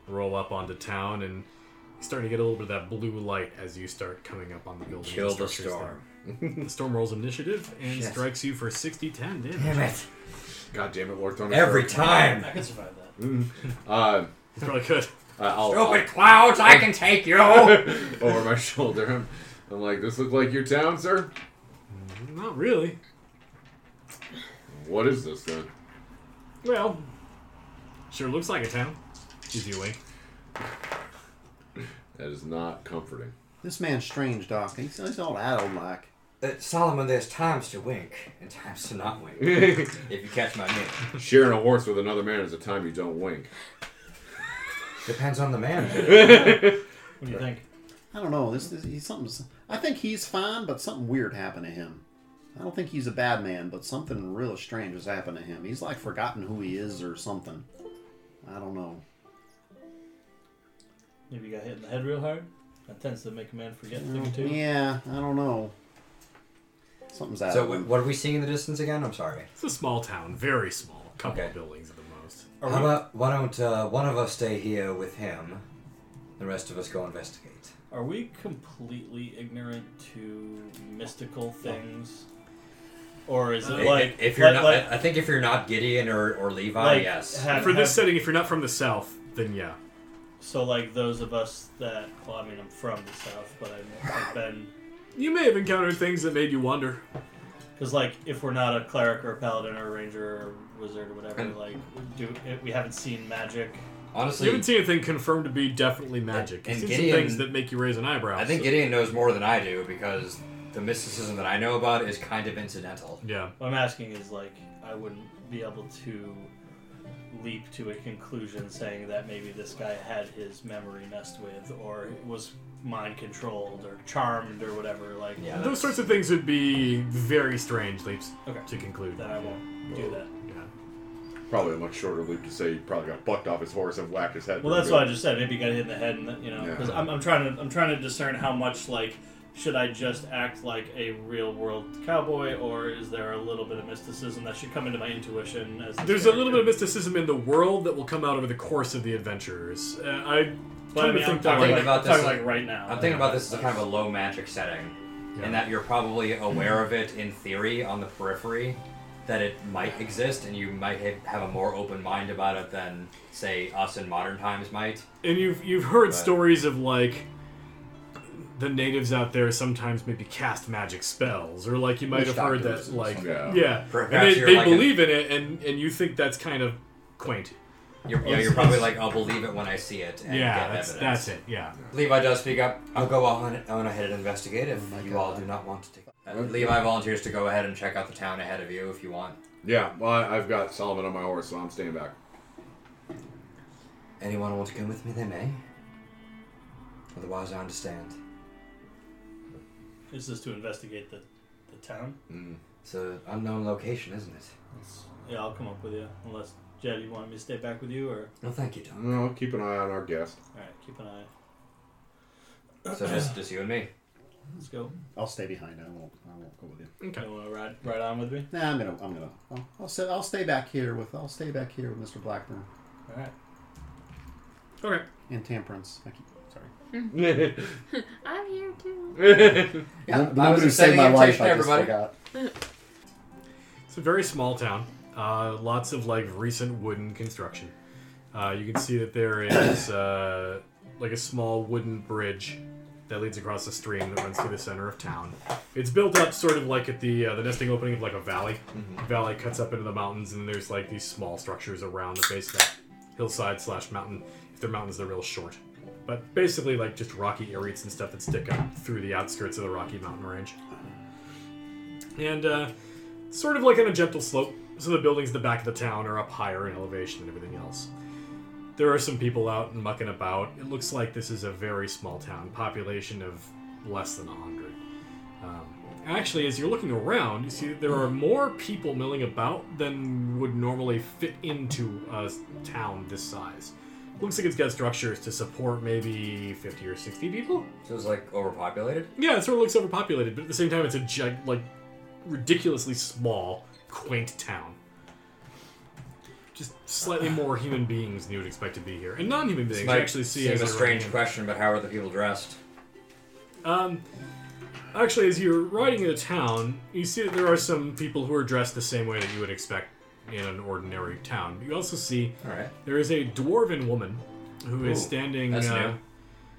Speaker 6: roll up onto town, and you're starting to get a little bit of that blue light as you start coming up on the buildings. and
Speaker 7: Kill the
Speaker 6: structures there.
Speaker 7: storm.
Speaker 6: The storm rolls initiative and
Speaker 7: Shit.
Speaker 6: strikes you for 60 10 damage.
Speaker 7: Damn it!
Speaker 4: God damn it, Lord Thunder.
Speaker 7: Every
Speaker 4: Throat.
Speaker 7: time.
Speaker 3: I could survive that.
Speaker 4: Uh,
Speaker 6: It's really good.
Speaker 4: I- I'll,
Speaker 7: Stupid clouds! I can take you.
Speaker 4: I'll- over my shoulder. I'm, I'm like, this look like your town, sir?
Speaker 6: Not really.
Speaker 4: What is this then?
Speaker 6: Well, sure looks like a town. Gives you a wink.
Speaker 4: That is not comforting.
Speaker 8: This man's strange, Doc. He's, he's all that old like.
Speaker 7: Uh, Solomon, there's times to wink and times to not wink. if you catch my meaning,
Speaker 4: Sharing a horse with another man is a time you don't wink.
Speaker 7: depends on the man.
Speaker 3: What do you think?
Speaker 8: I don't know. This, this he's something's. I think he's fine, but something weird happened to him. I don't think he's a bad man, but something real strange has happened to him. He's like forgotten who he is or something. I don't know.
Speaker 3: Maybe you got hit in the head real hard. That tends to make a man forget things too.
Speaker 8: Yeah, I don't know. Something's out
Speaker 7: So,
Speaker 8: of
Speaker 7: wh-
Speaker 8: him.
Speaker 7: what are we seeing in the distance again? I'm sorry.
Speaker 6: It's a small town, very small. Couple
Speaker 7: Okay.
Speaker 6: of buildings at the most.
Speaker 7: How about why don't uh, one of us stay here with him, the rest of us go investigate.
Speaker 3: Are we completely ignorant to mystical things, or is it like
Speaker 7: if, if you're
Speaker 3: like,
Speaker 7: not,
Speaker 3: like,
Speaker 7: I think if you're not Gideon or, or Levi,
Speaker 3: like,
Speaker 7: yes.
Speaker 3: have-
Speaker 6: For this
Speaker 3: have-
Speaker 6: setting, if you're not from the south, then yeah.
Speaker 3: so like those of us that well, I mean, I'm from the south, but I'm, I've been
Speaker 6: You may have encountered things that made you wonder.
Speaker 3: because like if we're not a cleric or a paladin or a ranger or wizard or whatever, like do we haven't seen magic.
Speaker 6: You
Speaker 7: Honestly,
Speaker 6: haven't seen anything confirmed to be definitely magic. You've
Speaker 7: And
Speaker 6: seen
Speaker 7: Gideon-
Speaker 6: some things that make you raise an eyebrow.
Speaker 7: I think
Speaker 6: so-
Speaker 7: Gideon knows more than I do because the mysticism that I know about is kind of incidental.
Speaker 6: Yeah.
Speaker 3: What I'm asking is like I wouldn't be able to leap to a conclusion saying that maybe this guy had his memory messed with or was mind controlled or charmed or whatever. Like
Speaker 7: Yeah.
Speaker 6: Those sorts of things would be very strange leaps
Speaker 3: Okay.
Speaker 6: to conclude.
Speaker 3: that I won't do that.
Speaker 6: Yeah.
Speaker 4: Probably a much shorter leap to say he probably got bucked off his horse and whacked his head.
Speaker 3: Well, that's
Speaker 4: pretty
Speaker 3: what I just said. Maybe you got hit in the head, and that- you know,
Speaker 4: Yeah.
Speaker 3: because I'm, I'm trying to I'm trying to discern how much like should I just act like a real world cowboy, or is there a little bit of mysticism that should come into my intuition? As this
Speaker 6: There's a little bit of
Speaker 3: character?
Speaker 6: mysticism in the world that will come out over the course of the adventures. Uh, I
Speaker 3: But I
Speaker 6: tend
Speaker 3: mean,
Speaker 6: to
Speaker 3: I'm talking,
Speaker 6: think
Speaker 7: thinking
Speaker 3: like,
Speaker 6: that
Speaker 7: about
Speaker 3: I'm talking,
Speaker 7: this-
Speaker 3: like right now.
Speaker 7: I'm thinking about this as a kind of a low magic setting,
Speaker 6: Yeah.
Speaker 7: and that you're probably aware of it in theory on the periphery, that it might exist, and you might ha- have a more open mind about it than, say, us in modern times might.
Speaker 6: And you've you've heard stories of like the natives out there sometimes maybe cast magic spells, or like you might
Speaker 8: Witch
Speaker 6: have heard
Speaker 8: doctors
Speaker 6: that
Speaker 8: or
Speaker 6: like yeah,
Speaker 4: Yeah.
Speaker 6: and
Speaker 7: Perhaps
Speaker 6: they,
Speaker 7: you're
Speaker 6: they
Speaker 7: like an-
Speaker 6: believe in it, and and you think that's kind of quaint.
Speaker 7: You're, yeah,
Speaker 3: It's-
Speaker 7: you're probably
Speaker 3: it's-
Speaker 7: like, I'll believe it when I see it. And
Speaker 6: yeah,
Speaker 7: get
Speaker 6: that's
Speaker 7: evidence.
Speaker 6: that's it. Yeah,
Speaker 7: Levi does speak up. I'll go on, on ahead and investigate if
Speaker 8: my
Speaker 7: you
Speaker 8: God.
Speaker 7: all do not want to take. Uh, Levi volunteers to go ahead and check out the town ahead of you if you want.
Speaker 4: good. Yeah, well, I, I've got Solomon on my horse, so I'm staying back.
Speaker 7: Anyone want to come with me? They may. Otherwise, I understand.
Speaker 3: Is this to investigate the, the town?
Speaker 7: It's an unknown location, isn't it?
Speaker 3: It's- yeah, I'll come up with you. Unless Jed, you want me to stay back with you, or
Speaker 7: No, thank you, Doc.
Speaker 4: No, keep an eye on our guest.
Speaker 3: all right, keep an eye.
Speaker 7: So just, just you and me.
Speaker 3: Let's go.
Speaker 8: I'll stay behind. I won't. I won't go with you.
Speaker 6: Okay.
Speaker 3: You want to ride ride on with me?
Speaker 8: Nah, I'm gonna. I'm gonna. I'll, I'll sit. I'll stay back here with. I'll stay back here with Mr. Blackburn
Speaker 3: All right.
Speaker 6: Okay.
Speaker 8: and Temperance. I keep, sorry.
Speaker 5: I'm here too.
Speaker 8: Yeah,
Speaker 7: I was extending the invitation to everybody.
Speaker 8: forgot.
Speaker 6: It's a very small town. Uh, lots of like recent wooden construction. Uh, you can see that there is uh, like a small wooden bridge that leads across a stream that runs through the center of town. It's built up sort of like at the uh, the nesting opening of like a valley. Valley cuts up into the mountains, and there's like these small structures around the base of that hillside slash mountain. If they're mountains, they're real short, but basically like just rocky areas and stuff that stick up through the outskirts of the Rocky Mountain Range. And uh, sort of like on a gentle slope, so the buildings in the back of the town are up higher in elevation and everything else. There are some people out and mucking about. It looks like this is a very small town, population of less than 100. Um, actually, as you're looking around, you see that there are more people milling about than would normally fit into a s- town this size. Looks like it's got structures to support maybe 50 or 60 people.
Speaker 7: So it's like overpopulated.
Speaker 6: Yeah, it sort of looks overpopulated, but at the same time, it's a gi- like ridiculously small, quaint town. Just slightly more human beings than you would expect to be here, and non-human beings.
Speaker 7: This
Speaker 6: You
Speaker 7: might
Speaker 6: actually see
Speaker 7: seem
Speaker 6: as
Speaker 7: a
Speaker 6: you're
Speaker 7: strange
Speaker 6: riding.
Speaker 7: question, but how are the people dressed?
Speaker 6: Um, actually, as you're riding into town, you see that there are some people who are dressed the same way that you would expect in an ordinary town. You also see
Speaker 7: All right.
Speaker 6: there is a dwarven woman who is
Speaker 7: Ooh,
Speaker 6: standing.
Speaker 7: that's
Speaker 6: uh,
Speaker 7: new.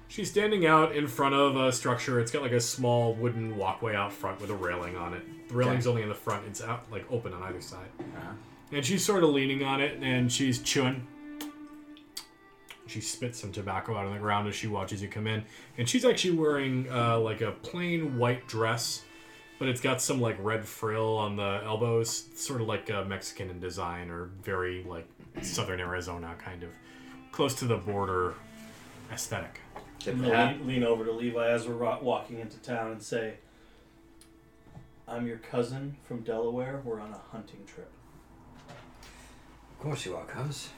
Speaker 6: She's standing out in front of a structure. It's got like a small wooden walkway out front with a railing on it. The railing's only in the front. It's out like open on either side. And she's sort of leaning on it and she's chewing. She spits some tobacco out on the ground as she watches you come in. And she's actually wearing uh, like a plain white dress, but it's got some like red frill on the elbows, sort of like a Mexican in design or very like southern Arizona kind of close to the border aesthetic.
Speaker 7: Tip
Speaker 3: I'm
Speaker 7: of the
Speaker 3: gonna
Speaker 7: hat.
Speaker 3: lean, lean over to Levi as we're ro- walking into town and say, "I'm your cousin from Delaware. We're on a hunting trip."
Speaker 7: Of course you are, cuz.